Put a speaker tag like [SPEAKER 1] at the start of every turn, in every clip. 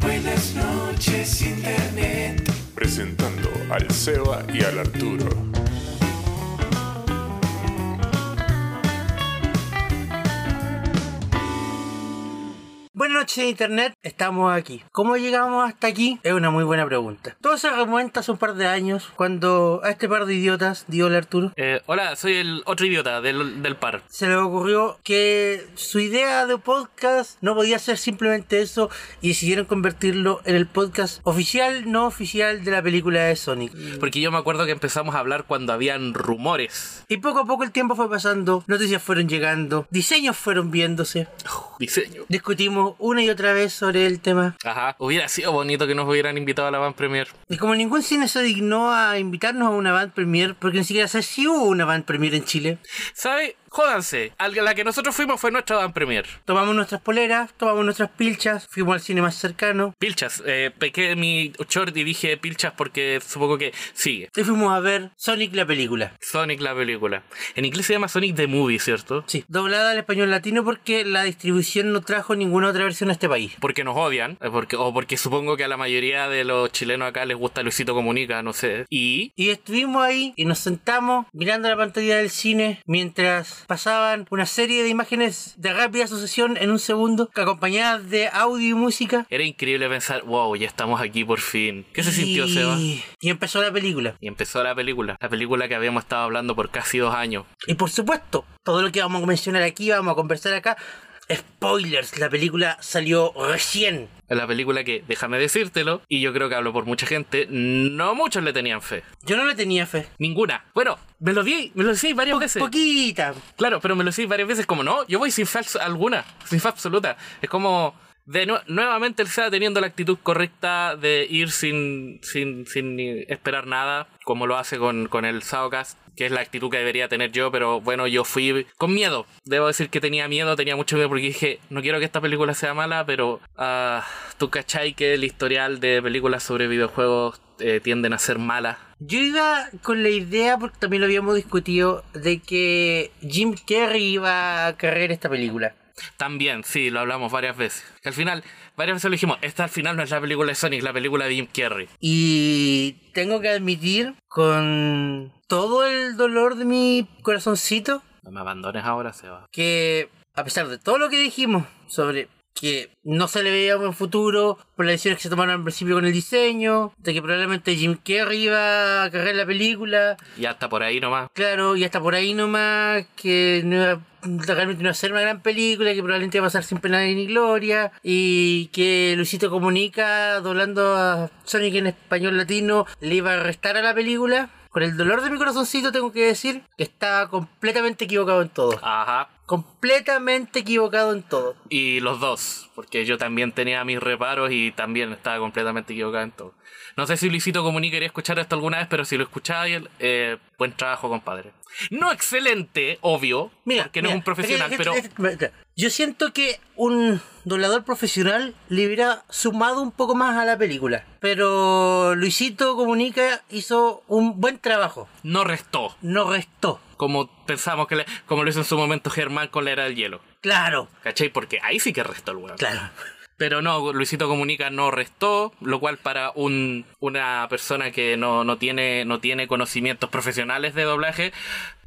[SPEAKER 1] Buenas noches, Internet.
[SPEAKER 2] Presentando al Seba y al Arturo.
[SPEAKER 3] Buenas noches Internet, estamos aquí. ¿Cómo llegamos hasta aquí? Es una muy buena pregunta. Todo se remonta hace un par de años cuando a este par de idiotas, dio el Arturo,
[SPEAKER 4] Eh, hola, soy el otro idiota del, del par.
[SPEAKER 3] se le ocurrió que su idea de podcast no podía ser simplemente eso y decidieron convertirlo en el podcast oficial, no oficial de la película de Sonic.
[SPEAKER 4] Porque yo me acuerdo que empezamos a hablar cuando habían rumores.
[SPEAKER 3] Y poco a poco el tiempo fue pasando, noticias fueron llegando, diseños fueron viéndose,
[SPEAKER 4] Diseño.
[SPEAKER 3] discutimos una y otra vez sobre el tema.
[SPEAKER 4] Ajá, hubiera sido bonito que nos hubieran invitado a la Van Premier.
[SPEAKER 3] Y como ningún cine se dignó a invitarnos a una band premiere, porque ni siquiera sé si hubo una band premiere en Chile,
[SPEAKER 4] ¿Sabe? Jódanse. A la que nosotros fuimos fue nuestra Van Premier.
[SPEAKER 3] tomamos nuestras poleras, tomamos nuestras pilchas, fuimos al cine más cercano
[SPEAKER 4] Pilchas. Eh, pequé mi short y dije pilchas porque supongo que sigue.
[SPEAKER 3] y fuimos a ver Sonic la película.
[SPEAKER 4] Sonic la película. En inglés se llama Sonic the Movie, ¿cierto?
[SPEAKER 3] Sí, doblada al español latino porque la distribución no trajo ninguna otra versión a este país.
[SPEAKER 4] Porque nos odian, eh, porque, o porque supongo que a la mayoría de los chilenos acá les gusta Luisito Comunica, no sé. Y
[SPEAKER 3] Y estuvimos ahí y nos sentamos mirando la pantalla del cine mientras pasaban una serie de imágenes de rápida sucesión en un segundo, acompañadas de audio y música.
[SPEAKER 4] Era increíble pensar, wow, ya estamos aquí por fin. ¿Qué se sintió,
[SPEAKER 3] Y-
[SPEAKER 4] Seba?
[SPEAKER 3] Y empezó la película.
[SPEAKER 4] Y empezó la película, la película que habíamos estado hablando por casi dos años.
[SPEAKER 3] Y por supuesto, todo lo que vamos a mencionar aquí, vamos a conversar acá. Spoilers, la película salió recién.
[SPEAKER 4] La película que, déjame decírtelo, y yo creo que hablo por mucha gente, no muchos le tenían fe.
[SPEAKER 3] Yo no le tenía fe.
[SPEAKER 4] Ninguna. Bueno, me lo di, me lo decís varias veces.
[SPEAKER 3] Poquita.
[SPEAKER 4] Claro, pero me lo decís varias veces como, no, yo voy sin fe abs- alguna, sin fe absoluta. Es como, de nue- nuevamente el SEA teniendo la actitud correcta de ir sin, sin, sin ni esperar nada, como lo hace con, con el Saocast, que es la actitud que debería tener yo, pero bueno, yo fui con miedo. Debo decir que tenía miedo, tenía mucho miedo porque dije, no quiero que esta película sea mala, pero ah, tú cachai que el historial de películas sobre videojuegos eh, tienden a ser malas.
[SPEAKER 3] Yo iba con la idea, porque también lo habíamos discutido, de que Jim Carrey iba a cargar esta película.
[SPEAKER 4] También, sí, lo hablamos varias veces. Que al final, varias veces lo dijimos, esta al final no es la película de Sonic, es la película de Jim Carrey.
[SPEAKER 3] Y tengo que admitir, con todo el dolor de mi corazoncito,
[SPEAKER 4] No me abandones ahora, Seba.
[SPEAKER 3] que a pesar de todo lo que dijimos sobre que no se le veía un buen futuro por las decisiones que se tomaron al principio con el diseño, de que probablemente Jim Carrey iba a cargar la película,
[SPEAKER 4] Ya está por ahí nomás.
[SPEAKER 3] claro, y hasta por ahí nomás, que no iba- realmente no iba a ser una gran película, que probablemente iba a pasar sin pena ni gloria, y que Luisito Comunica, doblando a Sonic en español latino, le iba a restar a la película. Con el dolor de mi corazoncito tengo que decir que estaba completamente equivocado en todo
[SPEAKER 4] Ajá.
[SPEAKER 3] completamente equivocado en todo.
[SPEAKER 4] Y los dos, porque yo también tenía mis reparos y también estaba completamente equivocado en todo. No sé si Luisito Comunica quería escuchar esto alguna vez, pero si lo escucháis, eh, buen trabajo, compadre. No excelente, obvio,
[SPEAKER 3] Mira,
[SPEAKER 4] porque
[SPEAKER 3] mira,
[SPEAKER 4] no es un profesional,
[SPEAKER 3] es que-
[SPEAKER 4] pero...
[SPEAKER 3] es- es- yo siento que un doblador profesional le hubiera sumado un poco más a la película, pero Luisito Comunica hizo un buen trabajo,
[SPEAKER 4] No restó,
[SPEAKER 3] no restó.
[SPEAKER 4] como pensamos que le- como lo hizo en su momento Germán con la era del hielo.
[SPEAKER 3] Claro,
[SPEAKER 4] ¿Cachai? Porque ahí sí que restó el weón.
[SPEAKER 3] claro.
[SPEAKER 4] Pero no, Luisito Comunica no restó, lo cual para un, una persona que no, no, tiene, no tiene conocimientos profesionales de doblaje,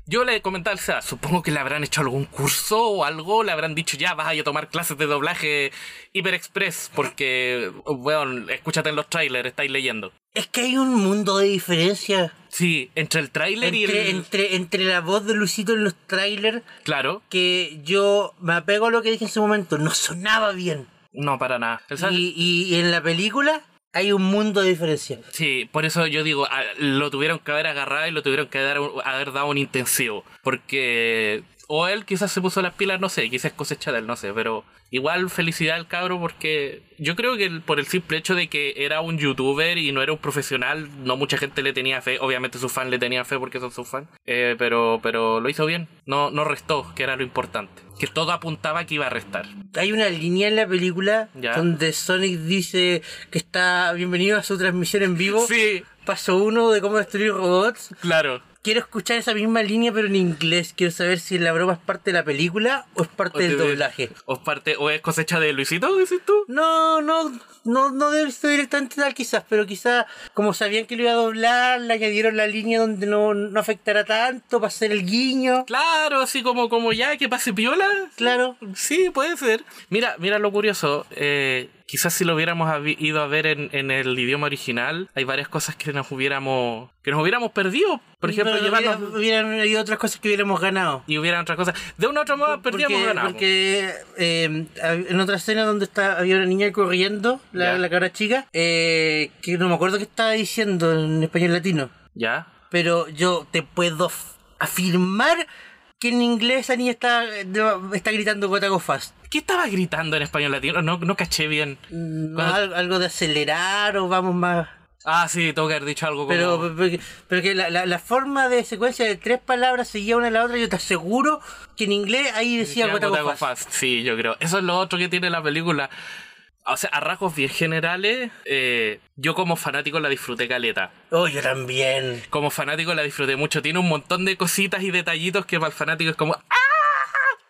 [SPEAKER 4] yo le comentaba al SEA, supongo que le habrán hecho algún curso o algo, le habrán dicho ya vas a ir a tomar clases de doblaje hiper express, porque, weón, escúchate en los trailers, estáis leyendo.
[SPEAKER 3] Es que hay un mundo de diferencia
[SPEAKER 4] Sí, entre el trailer y
[SPEAKER 3] entre,
[SPEAKER 4] el...
[SPEAKER 3] entre, entre la voz de Luisito en los trailers
[SPEAKER 4] Claro,
[SPEAKER 3] que yo me apego a lo que dije en su momento, no sonaba bien.
[SPEAKER 4] no para nada. El SEA-
[SPEAKER 3] Y, y- y en la película hay un mundo de diferencia.
[SPEAKER 4] Sí, por eso yo digo, a- lo tuvieron que haber agarrado y lo tuvieron que dar un- haber dado un intensivo. Porque. O él quizás se puso las pilas, no sé, quizás cosecha de él, no sé, pero igual felicidad al cabro porque yo creo que el- por el simple hecho de que era un youtuber y no era un profesional, no mucha gente le tenía fe, obviamente sus fans le tenían fe porque son sus fans, eh, pero, pero lo hizo bien, no, no restó, que era lo importante, que todo apuntaba que iba a restar.
[SPEAKER 3] Hay una línea en la película
[SPEAKER 4] Ya.
[SPEAKER 3] donde Sonic dice que está bienvenido a su transmisión en vivo.
[SPEAKER 4] Sí,
[SPEAKER 3] Paso uno de cómo destruir robots.
[SPEAKER 4] claro.
[SPEAKER 3] quiero escuchar esa misma línea, pero en inglés. Quiero saber si la broma es parte de la película o es parte del
[SPEAKER 4] te-
[SPEAKER 3] doblaje.
[SPEAKER 4] O, parte, o es cosecha de Luisito, dices tú.
[SPEAKER 3] No, no, no, no debe ser directamente tal quizás, pero quizás como sabían que lo iba a doblar, le añadieron la línea donde no, no afectará tanto para hacer el guiño.
[SPEAKER 4] Claro, así como, como ya que pase piola.
[SPEAKER 3] Claro.
[SPEAKER 4] Sí, puede ser. Mira, mira lo curioso. eh, quizás si lo hubiéramos habi- ido a ver en, en el idioma original, hay varias cosas que nos hubiéramos que nos hubiéramos perdido. Por ejemplo,
[SPEAKER 3] Pero
[SPEAKER 4] llevarnos
[SPEAKER 3] hubiera- hubieran habido otras cosas que hubiéramos ganado.
[SPEAKER 4] y hubieran otras cosas. De una u otra moda perdíamos
[SPEAKER 3] porque,
[SPEAKER 4] ganamos.
[SPEAKER 3] porque, eh, hab- en otra escena donde está, había una niña corriendo, la,
[SPEAKER 4] Ya.
[SPEAKER 3] la cabra chica, eh, que no me acuerdo qué estaba diciendo en español latino,
[SPEAKER 4] Ya.
[SPEAKER 3] pero yo te puedo f- afirmar que en inglés esa niña está, está gritando Gotta Go Fast.
[SPEAKER 4] ¿Qué estaba gritando en español latino? No, no caché bien.
[SPEAKER 3] Mm,
[SPEAKER 4] Cuando-
[SPEAKER 3] al- algo de acelerar o vamos más.
[SPEAKER 4] Ah, sí, tengo que haber dicho algo como.
[SPEAKER 3] Pero, pero, que- pero que la, la- la forma de secuencia de tres palabras seguía una a la otra, yo te aseguro que en inglés ahí decía
[SPEAKER 4] Decía
[SPEAKER 3] Gotta Go
[SPEAKER 4] Gotta Go
[SPEAKER 3] Fast.
[SPEAKER 4] Fast. Sí, yo creo. Eso es lo otro que tiene la película. O sea, a rasgos bien generales, eh, yo como fanático la disfruté caleta.
[SPEAKER 3] Oh, yo también.
[SPEAKER 4] Como fanático la disfruté mucho. Tiene un montón de cositas y detallitos que para el fanático es como... ¡Ah!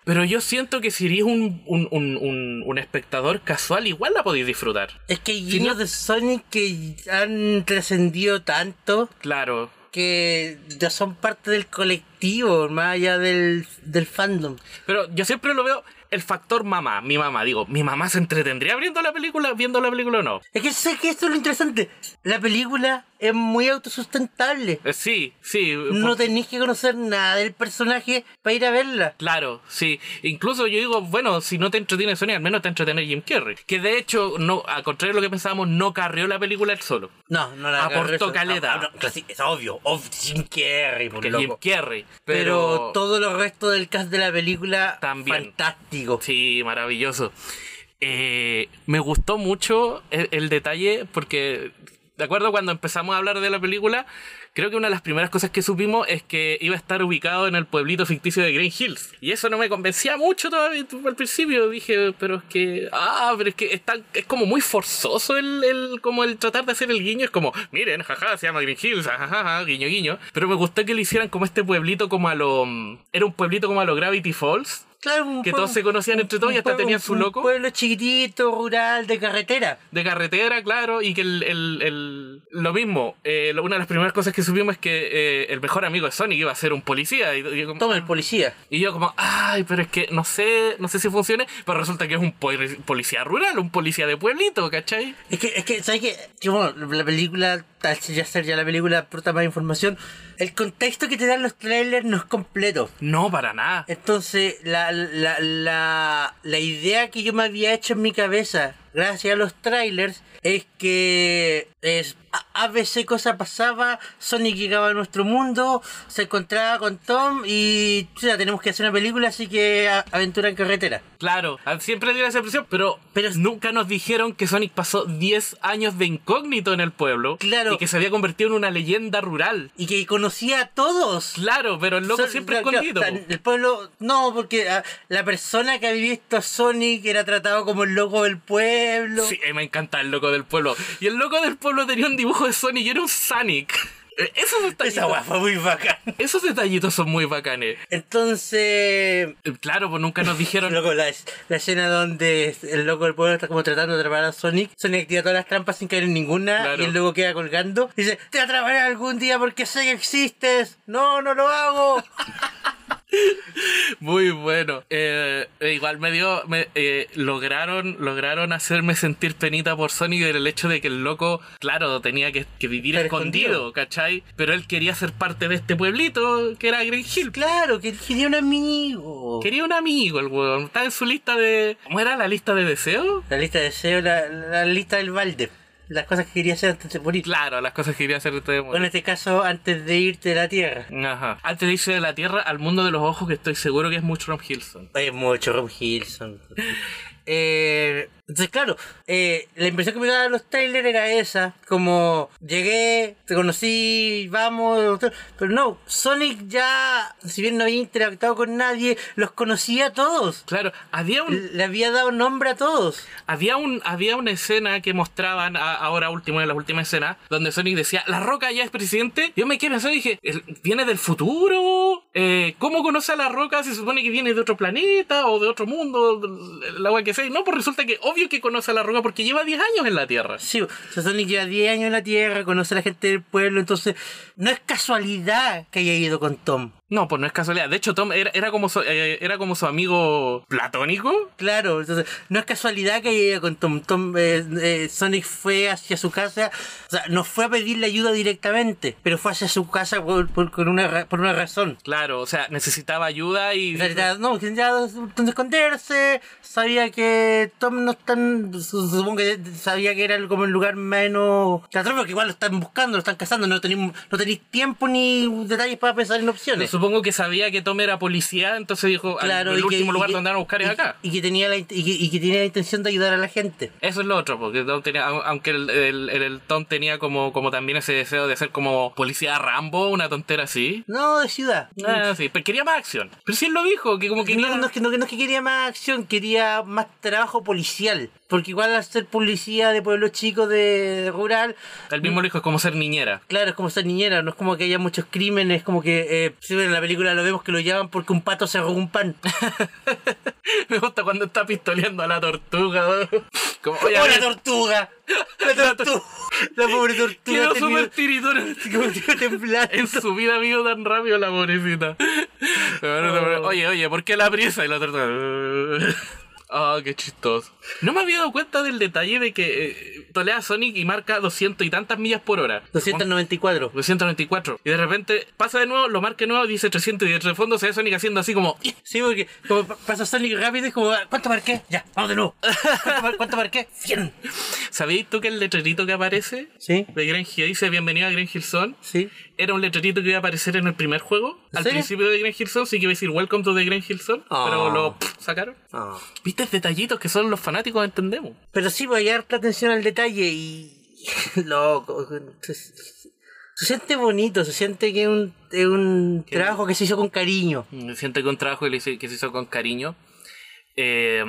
[SPEAKER 4] Pero yo siento que si eres un, un, un- un- un espectador casual, igual la podéis disfrutar.
[SPEAKER 3] Es que hay
[SPEAKER 4] Si
[SPEAKER 3] guiños
[SPEAKER 4] no-
[SPEAKER 3] de Sonic que han trascendido tanto
[SPEAKER 4] Claro.
[SPEAKER 3] que ya son parte del colectivo, más allá del, del fandom.
[SPEAKER 4] Pero yo siempre lo veo el factor mamá, mi mamá. Digo, ¿mi mamá se entretendría viendo la película, viendo la película o no?
[SPEAKER 3] Es que sé que esto es lo interesante. La película es muy autosustentable.
[SPEAKER 4] Eh, sí, sí.
[SPEAKER 3] No tenéis que conocer nada del personaje para ir a verla.
[SPEAKER 4] Claro, sí. Incluso yo digo, bueno, si no te entretiene Sony, al menos te entretiene Jim Carrey. Que de hecho, no, a contrario de lo que pensábamos, no carrió la película él solo.
[SPEAKER 3] No, no la
[SPEAKER 4] Aportó
[SPEAKER 3] agarré.
[SPEAKER 4] caleta.
[SPEAKER 3] Ah, no, claro, sí, es obvio, obvio, Jim Carrey, por
[SPEAKER 4] Que es Jim
[SPEAKER 3] loco.
[SPEAKER 4] Carrey.
[SPEAKER 3] Pero
[SPEAKER 4] Pero,
[SPEAKER 3] todo lo resto del cast de la película,
[SPEAKER 4] También.
[SPEAKER 3] fantástico.
[SPEAKER 4] Sí, maravilloso. Eh, me gustó mucho el, el detalle porque, de acuerdo, cuando empezamos a hablar de la película, creo que una de las primeras cosas que supimos es que iba a estar ubicado en el pueblito ficticio de Green Hills. Y eso no me convencía mucho todavía al principio. Dije, pero es que, ah, pero es que es, tan- es como muy forzoso el, el- como el tratar de hacer el guiño. Es como, miren, jaja, se llama Green Hills, jajaja, guiño, guiño. Pero me gustó que le hicieran como este pueblito como a lo... mm, Era un pueblito como a lo Gravity Falls.
[SPEAKER 3] Claro, un
[SPEAKER 4] Que
[SPEAKER 3] pueblo-
[SPEAKER 4] todos se conocían entre todos y
[SPEAKER 3] un
[SPEAKER 4] hasta
[SPEAKER 3] pueblo-
[SPEAKER 4] tenían su
[SPEAKER 3] un
[SPEAKER 4] loco.
[SPEAKER 3] pueblo chiquitito, rural, de carretera.
[SPEAKER 4] de carretera, claro, y que el, el- el- lo mismo, eh, lo- una de las primeras cosas que supimos es que eh, el mejor amigo de Sonic iba a ser un policía, y, y yo como,
[SPEAKER 3] Toma el policía.
[SPEAKER 4] y yo como, ay, pero es que no sé, no sé si funcione, pero resulta que es un po- policía rural, un policía de pueblito, ¿cachai?
[SPEAKER 3] Es que, es que, ¿sabes qué? Que, bueno, la película, tal si ya ser ya la película, aporta más información. El contexto que te dan los trailers no es completo.
[SPEAKER 4] No, para nada.
[SPEAKER 3] Entonces, la, la, la, la idea que yo me había hecho en mi cabeza, gracias a los trailers, es que es, a- ABC cosa pasaba, Sonic llegaba a nuestro mundo, se encontraba con Tom y chuta, tenemos que hacer una película, así que a- aventura en carretera.
[SPEAKER 4] Claro, a- siempre dio esa impresión, pero,
[SPEAKER 3] Pero-
[SPEAKER 4] nunca nos dijeron que Sonic pasó 10 años de incógnito en el pueblo
[SPEAKER 3] Claro.
[SPEAKER 4] y que se había convertido en una leyenda rural.
[SPEAKER 3] Y que conocía a todos.
[SPEAKER 4] Claro, pero el loco
[SPEAKER 3] Son-
[SPEAKER 4] siempre
[SPEAKER 3] claro, claro,
[SPEAKER 4] escondido.
[SPEAKER 3] o sea, el pueblo, no, porque ah, la persona que había visto a Sonic era tratado como el loco del pueblo.
[SPEAKER 4] Sí, eh, me encanta el loco del pueblo. Y el loco del pueblo tenía un dibujo de Sonic y era un Sonic. Eh, Esos
[SPEAKER 3] Esa
[SPEAKER 4] detallitos,
[SPEAKER 3] guapa fue muy bacán.
[SPEAKER 4] esos detallitos son muy bacanes.
[SPEAKER 3] Entonces,
[SPEAKER 4] Eh, Claro, pues nunca nos dijeron.
[SPEAKER 3] Loco, la, es- la escena donde el loco del pueblo está como tratando de atrapar a Sonic. Sonic tira todas las trampas sin caer en ninguna
[SPEAKER 4] Claro.
[SPEAKER 3] y el loco queda colgando. Y dice, te atraparé algún día porque sé que existes. No, no lo hago.
[SPEAKER 4] Muy bueno. Eh, eh, igual me dio. me- eh, lograron, lograron hacerme sentir penita por Sonic del hecho de que el loco, claro, tenía que, que vivir
[SPEAKER 3] Estar
[SPEAKER 4] escondido,
[SPEAKER 3] escondido.
[SPEAKER 4] ¿cachai? Pero él quería ser parte de este pueblito que era Green Hill.
[SPEAKER 3] claro, que quería un amigo.
[SPEAKER 4] Quería un amigo, el weón. Estaba en su lista de. ¿Cómo era la lista de deseos?
[SPEAKER 3] La lista de deseos, la, la lista del balde. Las cosas que quería hacer antes de morir.
[SPEAKER 4] Claro, las cosas que quería hacer este demonio.
[SPEAKER 3] O en este caso, antes de irte de la Tierra.
[SPEAKER 4] Ajá. Antes de irse de la Tierra al mundo de los ojos, que estoy seguro que es mucho Ron Hilson.
[SPEAKER 3] Es mucho Rob Hilson. Eh, entonces, claro, eh, la impresión que me daban los trailers era esa, como llegué, te conocí, vamos, pero no, Sonic ya, si bien no había interactuado con nadie, los conocía a todos.
[SPEAKER 4] Claro, había un,
[SPEAKER 3] Le había dado nombre a todos.
[SPEAKER 4] Había, un, había una escena que mostraban a- ahora último, en las últimas escenas, donde Sonic decía, La Roca ya es presidente. Yo me quedé pensando y dije, "¿El- ¿viene del futuro? Eh, ¿Cómo conoce a La Roca? Se supone que viene de otro planeta o de otro mundo, la agua que sea. Y No, pues resulta que obvio que conoce a La Roca porque lleva 10 años en la Tierra.
[SPEAKER 3] Sí, o sea, Sonic lleva 10 años en la Tierra, conoce a la gente del pueblo, entonces no es casualidad que haya ido con Tom.
[SPEAKER 4] No, pues no es casualidad. De hecho, Tom era, era como, su, eh, era como su amigo platónico.
[SPEAKER 3] Claro, entonces no es casualidad que haya ido con Tom. Tom eh, eh, Sonic fue hacia su casa, o sea, no fue a pedirle ayuda directamente, pero fue hacia su casa por, por- con una, ra- por una razón.
[SPEAKER 4] Claro, o sea, necesitaba ayuda y...
[SPEAKER 3] O sea, ya- No, que ya donde esconderse, sabía que Tom no están, su- supongo que sabía que era como el lugar menos catastrófico, que igual lo están buscando, lo están cazando, no tenéis no tenéis tiempo ni detalles para pensar en opciones.
[SPEAKER 4] Supongo que sabía que Tom era policía, entonces dijo, "Al-
[SPEAKER 3] Claro,
[SPEAKER 4] el
[SPEAKER 3] y que-
[SPEAKER 4] último
[SPEAKER 3] y
[SPEAKER 4] lugar
[SPEAKER 3] que-
[SPEAKER 4] donde van a buscar es
[SPEAKER 3] y-
[SPEAKER 4] acá.
[SPEAKER 3] Y que, tenía la, int- y, que, y que tenía la intención de ayudar a la gente.
[SPEAKER 4] Eso es lo otro, porque Tom tenía, au- aunque el, el- el- el Tom tenía como, como también ese deseo de ser como policía Rambo, una tontera así.
[SPEAKER 3] No, de ciudad.
[SPEAKER 4] Ah, sí, pero quería más acción. Pero sí él lo dijo, que como quería...
[SPEAKER 3] Mm. No, no es que, no, no es que quería más acción, quería más trabajo policial. Porque igual al ser policía de pueblo chico, de rural,
[SPEAKER 4] Él mismo lo dijo, es como ser niñera.
[SPEAKER 3] claro, es como ser niñera, no es como que haya muchos crímenes, como que eh, si en la película lo vemos que lo llaman porque un pato se robó un pan.
[SPEAKER 4] Me gusta cuando está pistoleando a la tortuga. Como,
[SPEAKER 3] ¡Oh,
[SPEAKER 4] oye, a
[SPEAKER 3] la
[SPEAKER 4] ver,
[SPEAKER 3] tortuga! ¡La tortuga! La pobre tortuga
[SPEAKER 4] quedó
[SPEAKER 3] terminó-
[SPEAKER 4] súper tiritona.
[SPEAKER 3] como que iba temblando.
[SPEAKER 4] En su vida vino tan rápido la pobrecita. Oye, oye, ¿por qué la prisa? Y la tortuga. Ah, qué chistoso. No me había dado cuenta del detalle de que eh, tolea Sonic y marca 200 y tantas millas por hora.
[SPEAKER 3] 294.
[SPEAKER 4] 294. Y de repente pasa de nuevo, lo marca de nuevo, dice 300 y de fondo se ve Sonic haciendo así como...
[SPEAKER 3] Sí, porque como pa- pasa Sonic rápido es como, "Ah, ¿cuánto marqué? Ya, vamos de nuevo. ¿Cuánto, mar- cuánto marqué? 100.
[SPEAKER 4] ¿Sabéis tú que el letrerito que aparece
[SPEAKER 3] Sí,
[SPEAKER 4] de Green Hill dice bienvenido a Green Hill Zone?
[SPEAKER 3] sí.
[SPEAKER 4] Era un letrerito que iba a aparecer en el primer juego.
[SPEAKER 3] ¿En
[SPEAKER 4] Al
[SPEAKER 3] serio?
[SPEAKER 4] principio de Green Hill Zone sí que iba a decir Welcome to the Green Hill Zone.
[SPEAKER 3] Ah.
[SPEAKER 4] Pero lo pff, sacaron. ¿Viste detallitos que son los fanáticos entendemos?
[SPEAKER 3] Pero sí, voy a dar atención al detalle y. Loco. Se, se siente bonito, se siente que es un, es un trabajo que se hizo con cariño.
[SPEAKER 4] Mm, Siento que un trabajo que le hice- que se hizo con cariño. Eh,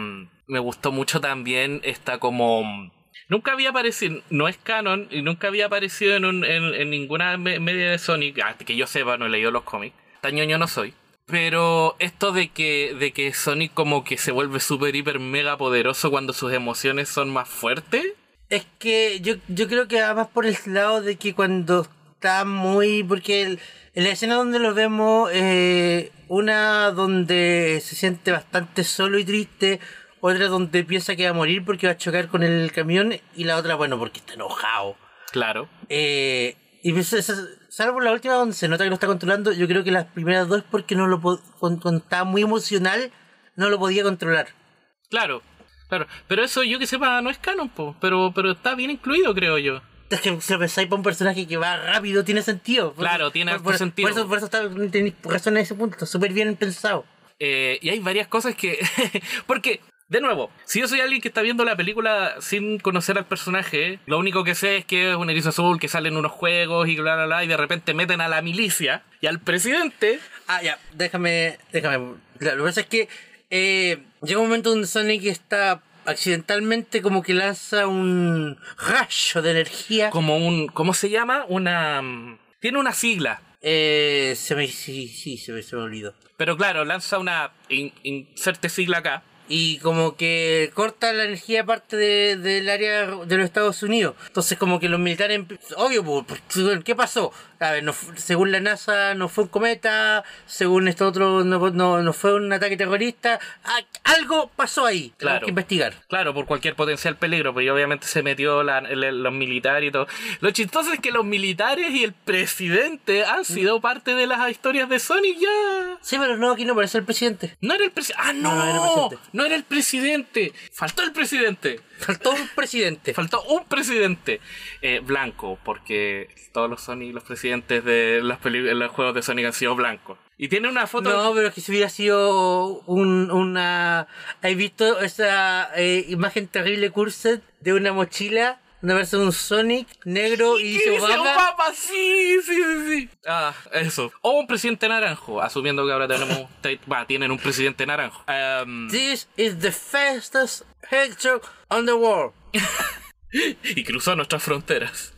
[SPEAKER 4] me gustó mucho también esta como... Nunca había aparecido, no es canon, y nunca había aparecido en, un- en- en ninguna me- media de Sonic, ah, que yo sepa, no he leído los cómics, tan ñoño no soy. Pero esto de que, de que Sonic como que se vuelve súper, hiper, mega poderoso cuando sus emociones son más fuertes,
[SPEAKER 3] Es que yo, yo creo que va más por el lado de que cuando está muy. Porque el- en la escena donde lo vemos, eh, una donde se siente bastante solo y triste, otra donde piensa que va a morir porque va a chocar con el camión, y la otra, bueno, porque está enojado.
[SPEAKER 4] claro.
[SPEAKER 3] Eh, y pues, esa- salvo la última donde se nota que lo está controlando, yo creo que las primeras dos es porque no lo po- cuando, cuando estaba muy emocional no lo podía controlar.
[SPEAKER 4] Claro, claro. Pero eso, yo que sepa, no es canon, po. Pero, pero está bien incluido, creo yo.
[SPEAKER 3] Es que si lo pensáis para un personaje que va rápido tiene sentido. Por-
[SPEAKER 4] Claro, tiene harto
[SPEAKER 3] por, por-
[SPEAKER 4] sentido.
[SPEAKER 3] Por eso, por eso está, tenéis razón en ese punto, está súper bien pensado.
[SPEAKER 4] Eh, y hay varias cosas que... Porque, de nuevo, si yo soy alguien que está viendo la película sin conocer al personaje, lo único que sé es que es un erizo azul, que salen unos juegos y bla, bla, bla, y de repente meten a la milicia y al presidente...
[SPEAKER 3] Ah, ya, déjame, déjame. Lo que pasa es que eh, llega un momento donde Sonic está accidentalmente como que lanza un rayo de energía.
[SPEAKER 4] como un... ¿Cómo se llama? Una... mm, Tiene una sigla.
[SPEAKER 3] Eh, se me, sí, sí, se me, se me olvidó.
[SPEAKER 4] Pero claro, lanza una... in- inserte sigla acá.
[SPEAKER 3] y como que corta la energía parte de- del área de los Estados Unidos. Entonces como que los militares, empi- obvio, po, po, ¿qué pasó? A ver, no fu- según la NASA no fue un cometa, según esto otro no, no- no fue un ataque terrorista, Ah, algo pasó ahí, claro.
[SPEAKER 4] Claro.
[SPEAKER 3] que investigar.
[SPEAKER 4] Claro, por cualquier potencial peligro, pues y obviamente se metió la- el- el- los militares y todo. Lo chistoso es que los militares y el presidente han sido parte de las historias de Sonic ya.
[SPEAKER 3] Sí, pero no, aquí no, parece el presidente.
[SPEAKER 4] No era el presidente. ¡Ah, no!
[SPEAKER 3] No, no era el presidente.
[SPEAKER 4] no era el presidente. Faltó el presidente.
[SPEAKER 3] Faltó un presidente.
[SPEAKER 4] Faltó un presidente eh, blanco, porque todos los Sony, los presidentes de las peli- los juegos de Sonic han sido blancos. Y tiene una foto.
[SPEAKER 3] No, pero es que si hubiera sido un- una... ¿Has visto esa eh, imagen terrible, Cursed, de una mochila? Una versión de un Sonic negro y
[SPEAKER 4] ¿Qué
[SPEAKER 3] su
[SPEAKER 4] dice Obama? Sí, sí, sí, sí. Ah, eso. O un presidente naranjo, asumiendo que ahora tenemos. te- Va, tienen un presidente naranjo. Em,
[SPEAKER 3] This is the fastest hedgehog on the world.
[SPEAKER 4] y cruzó nuestras fronteras.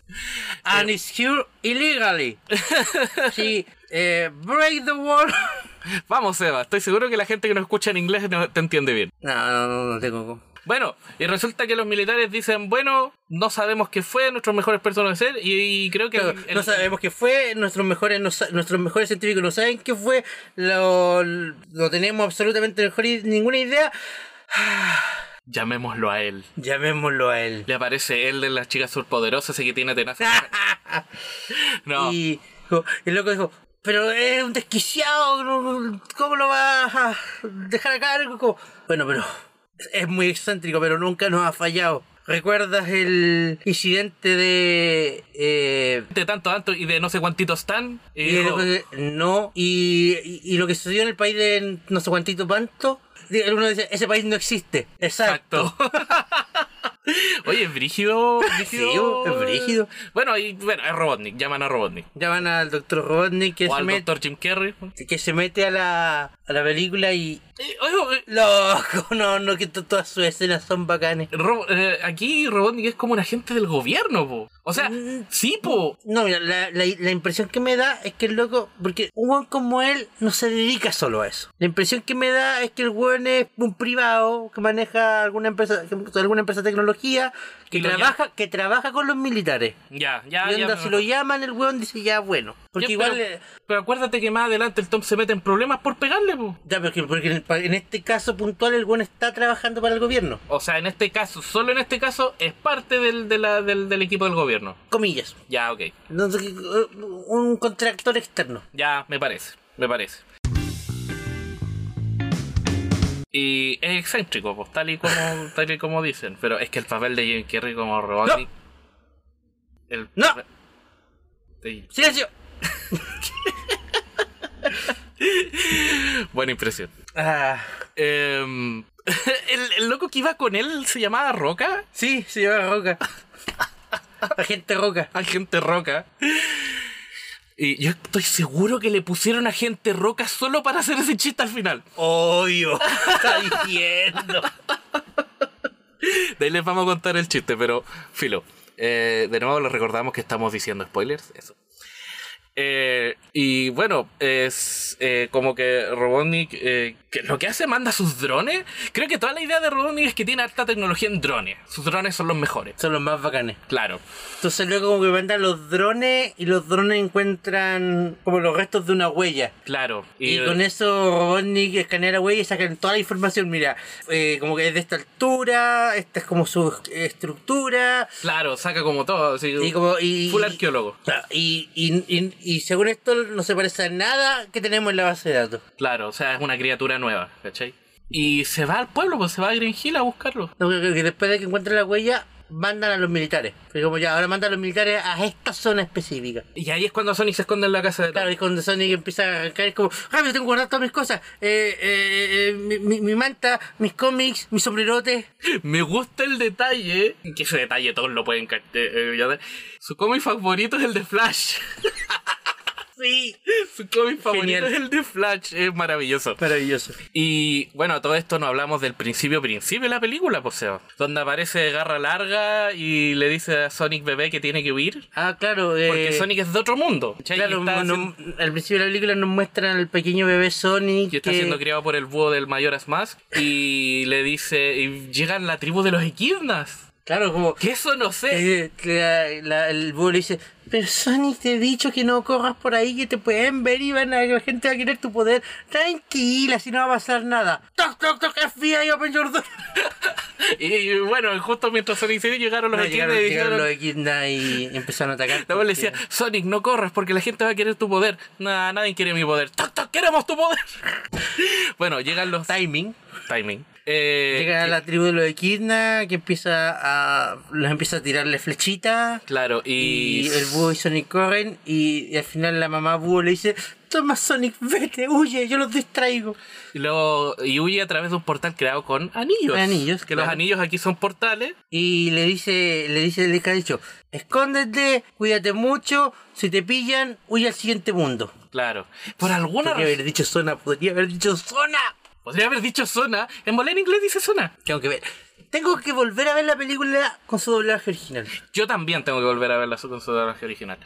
[SPEAKER 3] And it's here illegally. He eh, break the wall.
[SPEAKER 4] Vamos, Eva, estoy seguro que la gente que nos escucha en inglés no te entiende bien.
[SPEAKER 3] No, no, no, no tengo...
[SPEAKER 4] Bueno, y resulta que los militares dicen, bueno, no sabemos qué fue, nuestros mejores personas de ser, y, y creo que...
[SPEAKER 3] No,
[SPEAKER 4] el-
[SPEAKER 3] no sabemos qué fue, nuestros mejores, no sa- nuestros mejores científicos no saben qué fue, lo, lo tenemos absolutamente mejor i- ninguna idea.
[SPEAKER 4] Llamémoslo a él.
[SPEAKER 3] Llamémoslo a él.
[SPEAKER 4] Le aparece él de las chicas surpoderosas, ese que tiene tenaza. No,
[SPEAKER 3] Y dijo- el loco dijo, pero es un desquiciado, no- ¿cómo lo vas a dejar a cargo? Como, Bueno, pero es muy excéntrico, pero nunca nos ha fallado. ¿Recuerdas el incidente de... eh,
[SPEAKER 4] de tanto, tanto, y de no sé cuántitos tan, eh, y,
[SPEAKER 3] Y
[SPEAKER 4] dijo,
[SPEAKER 3] el otro dice, no, y, y- y lo que sucedió en el país de no sé cuántito tanto, dice- uno dice, ese país no existe. Exacto.
[SPEAKER 4] Exacto. Oye, es brígido, brígido.
[SPEAKER 3] Sí, es brígido.
[SPEAKER 4] Bueno, y bueno, es Robotnik, llaman a Robotnik.
[SPEAKER 3] Llaman al doctor Robotnik que,
[SPEAKER 4] O
[SPEAKER 3] se,
[SPEAKER 4] al
[SPEAKER 3] mete,
[SPEAKER 4] doctor Jim Carrey.
[SPEAKER 3] que se mete a la, a la película y...
[SPEAKER 4] Eh, oye, eh,
[SPEAKER 3] Loco, no, no, que to- todas sus escenas son bacanes.
[SPEAKER 4] Rob- eh, aquí Robotnik es como un agente del gobierno, po. O sea,
[SPEAKER 3] Mm.
[SPEAKER 4] sí, po.
[SPEAKER 3] No, mira, la, la- la impresión que me da es que el loco, porque un weón como él no se dedica solo a eso. La impresión que me da es que el weón es un privado que maneja alguna empresa, que- alguna empresa de tecnología, que
[SPEAKER 4] Y lo
[SPEAKER 3] trabaja, que trabaja con los militares.
[SPEAKER 4] Ya, ya,
[SPEAKER 3] y
[SPEAKER 4] ya.
[SPEAKER 3] onda,
[SPEAKER 4] pero-
[SPEAKER 3] si lo llaman, el weón dice ya bueno. Porque
[SPEAKER 4] Ya,
[SPEAKER 3] igual
[SPEAKER 4] pero,
[SPEAKER 3] eh,
[SPEAKER 4] pero acuérdate que más adelante el Tom se mete en problemas por pegarle, po.
[SPEAKER 3] ya, porque, porque en, el pa- en este caso puntual el weón está trabajando para el gobierno.
[SPEAKER 4] O sea, en este caso, solo en este caso, es parte del, de la- del, del equipo del gobierno.
[SPEAKER 3] Comillas.
[SPEAKER 4] Ya, ok.
[SPEAKER 3] Entonces, eh, un contractor externo.
[SPEAKER 4] Ya, me parece, me parece. Y es excéntrico, pues, tal y como, tal y como dicen. Pero es que el papel de Jim Carrey como Robotnik... El
[SPEAKER 3] ¡No!
[SPEAKER 4] papel- Sí,
[SPEAKER 3] ¡Silencio!
[SPEAKER 4] buena impresión.
[SPEAKER 3] Ah,
[SPEAKER 4] Em, el, el loco que iba con él se llamaba Roca,
[SPEAKER 3] sí, se llama Roca. Agente Roca.
[SPEAKER 4] Agente Roca. Y yo estoy seguro que le pusieron Agente Roca solo para hacer ese chiste al final.
[SPEAKER 3] Obvio, está diciendo.
[SPEAKER 4] De ahí les vamos a contar el chiste, pero filo. Eh, de nuevo les recordamos que estamos diciendo spoilers, eso. Eh, y bueno, es eh, como que Robotnik, eh, que lo que hace, manda sus drones. Creo que toda la idea de Robotnik es que tiene alta tecnología en drones. Sus drones son los mejores,
[SPEAKER 3] Son los más bacanes.
[SPEAKER 4] claro.
[SPEAKER 3] Entonces luego como que mandan los drones y los drones encuentran como los restos de una huella.
[SPEAKER 4] Claro.
[SPEAKER 3] Y, con eso Robotnik escanea la huella y sacan toda la información. Mira, eh, como que es de esta altura, esta es como su eh, estructura.
[SPEAKER 4] Claro, saca como todo. así,
[SPEAKER 3] Y como... Y,
[SPEAKER 4] full arqueólogo.
[SPEAKER 3] Claro, Y, y, y- y según esto no se parece a nada que tenemos en la base de datos.
[SPEAKER 4] Claro, o sea, es una criatura nueva, ¿cachai? Y se va al pueblo, pues se va a Green Hill a buscarlo.
[SPEAKER 3] No, creo que después de que encuentran la huella, mandan a los militares. Porque como ya, ahora mandan a los militares a esta zona específica.
[SPEAKER 4] Y ahí es cuando Sonic se esconde en la casa de
[SPEAKER 3] Claro, y cuando Sonic empieza a arrancar es como, rápido, tengo que guardar todas mis cosas. Eh, eh, eh, mi, mi- mi manta, mis cómics, mis sombrerotes.
[SPEAKER 4] Me gusta el detalle, que ese detalle todos lo pueden ca- eh, eh, ya ver. Su cómic favorito es el de Flash.
[SPEAKER 3] Sí.
[SPEAKER 4] Su cómic favorito
[SPEAKER 3] Genial.
[SPEAKER 4] es el de Flash, es maravilloso.
[SPEAKER 3] Maravilloso.
[SPEAKER 4] Y bueno, todo esto no hablamos del principio, principio de la película, pues, Seba, donde aparece Garra Larga y le dice a Sonic Bebé que tiene que huir.
[SPEAKER 3] Ah, claro. eh,
[SPEAKER 4] Porque Sonic es de otro mundo. ¿cachai?
[SPEAKER 3] Claro,
[SPEAKER 4] Y está,
[SPEAKER 3] no-
[SPEAKER 4] haciendo-
[SPEAKER 3] al principio de la película nos muestran al pequeño bebé Sonic.
[SPEAKER 4] y está
[SPEAKER 3] que-
[SPEAKER 4] siendo criado por el búho del Mayoras Mask. Y le dice. Y llegan la tribu de los Equidnas.
[SPEAKER 3] Claro, como.
[SPEAKER 4] Que eso no sé.
[SPEAKER 3] eh, la- la- el búho le dice, pero Sonic te he dicho que no corras por ahí, que te pueden ver y van a, la gente va a querer tu poder. Tranquila, si no va a pasar nada. Toc, toc, toc, FBI, Open Your Door.
[SPEAKER 4] Y, y, bueno, justo mientras Sonic se dio, llegaron los
[SPEAKER 3] No,
[SPEAKER 4] Equidnas
[SPEAKER 3] llegaron,
[SPEAKER 4] y
[SPEAKER 3] llegaron
[SPEAKER 4] dijeron.
[SPEAKER 3] los Equidna y empezaron a atacar.
[SPEAKER 4] Luego le decía, Sonic, no corras porque la gente va a querer tu poder. Nah, nadie quiere mi poder. ¡Toc, toc! ¡Queremos tu poder! bueno, llegan los.
[SPEAKER 3] timing.
[SPEAKER 4] Timing. Eh,
[SPEAKER 3] Llega a
[SPEAKER 4] que-
[SPEAKER 3] la tribu de los Equidna que empieza a. los empieza a tirarle flechitas.
[SPEAKER 4] Claro, y.
[SPEAKER 3] Y el búho y Sonic corren y, y al final la mamá búho le dice, toma Sonic, vete, huye, yo los distraigo.
[SPEAKER 4] y luego- y huye a través de un portal creado con anillos.
[SPEAKER 3] Anillos,
[SPEAKER 4] Que los
[SPEAKER 3] claro.
[SPEAKER 4] anillos aquí son portales.
[SPEAKER 3] Y le dice, le dice el dicho, escóndete, cuídate mucho, si te pillan, huye al siguiente mundo.
[SPEAKER 4] Claro. Por alguna
[SPEAKER 3] Podría
[SPEAKER 4] razón.
[SPEAKER 3] haber dicho zona, podría haber dicho zona.
[SPEAKER 4] Podría haber dicho zona. En Bolén inglés dice zona.
[SPEAKER 3] Tengo que ver. Tengo que volver a ver la película con su doblaje original.
[SPEAKER 4] Yo también tengo que volver a ver la con su doblaje original.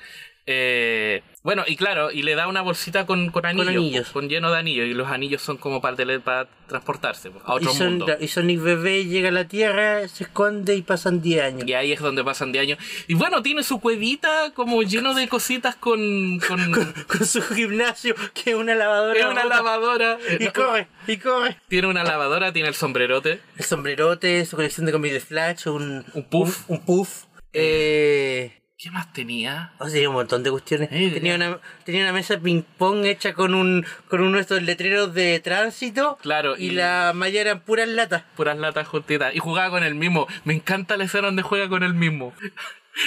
[SPEAKER 4] Eh, bueno, y claro, y le da una bolsita con, con anillos.
[SPEAKER 3] anillos.
[SPEAKER 4] con lleno de anillos. Y los anillos son como para, tele- para transportarse pues, a
[SPEAKER 3] Y,
[SPEAKER 4] otro
[SPEAKER 3] son-
[SPEAKER 4] mundo.
[SPEAKER 3] y Sonic bebé llega a la Tierra, se esconde y pasan 10 años.
[SPEAKER 4] Y ahí es donde pasan de años. Y bueno, tiene su cuevita como lleno de cositas con. con-
[SPEAKER 3] Con su gimnasio, que es una lavadora.
[SPEAKER 4] es una lavadora.
[SPEAKER 3] Y
[SPEAKER 4] No,
[SPEAKER 3] corre, y corre.
[SPEAKER 4] Tiene una lavadora, tiene el sombrerote.
[SPEAKER 3] El sombrerote, su colección de cómics de Flash, un,
[SPEAKER 4] Un puff.
[SPEAKER 3] Un, un puff. Eh,
[SPEAKER 4] ¿Qué más tenía?
[SPEAKER 3] o sea, Oh, un montón de cuestiones.
[SPEAKER 4] Eh,
[SPEAKER 3] Tenía una, tenía una mesa ping-pong hecha con un con uno de estos letreros de tránsito.
[SPEAKER 4] Claro,
[SPEAKER 3] Y,
[SPEAKER 4] y-
[SPEAKER 3] la malla eran puras latas.
[SPEAKER 4] Puras latas juntitas. Y jugaba con el mismo. Me encanta la escena donde juega con el mismo.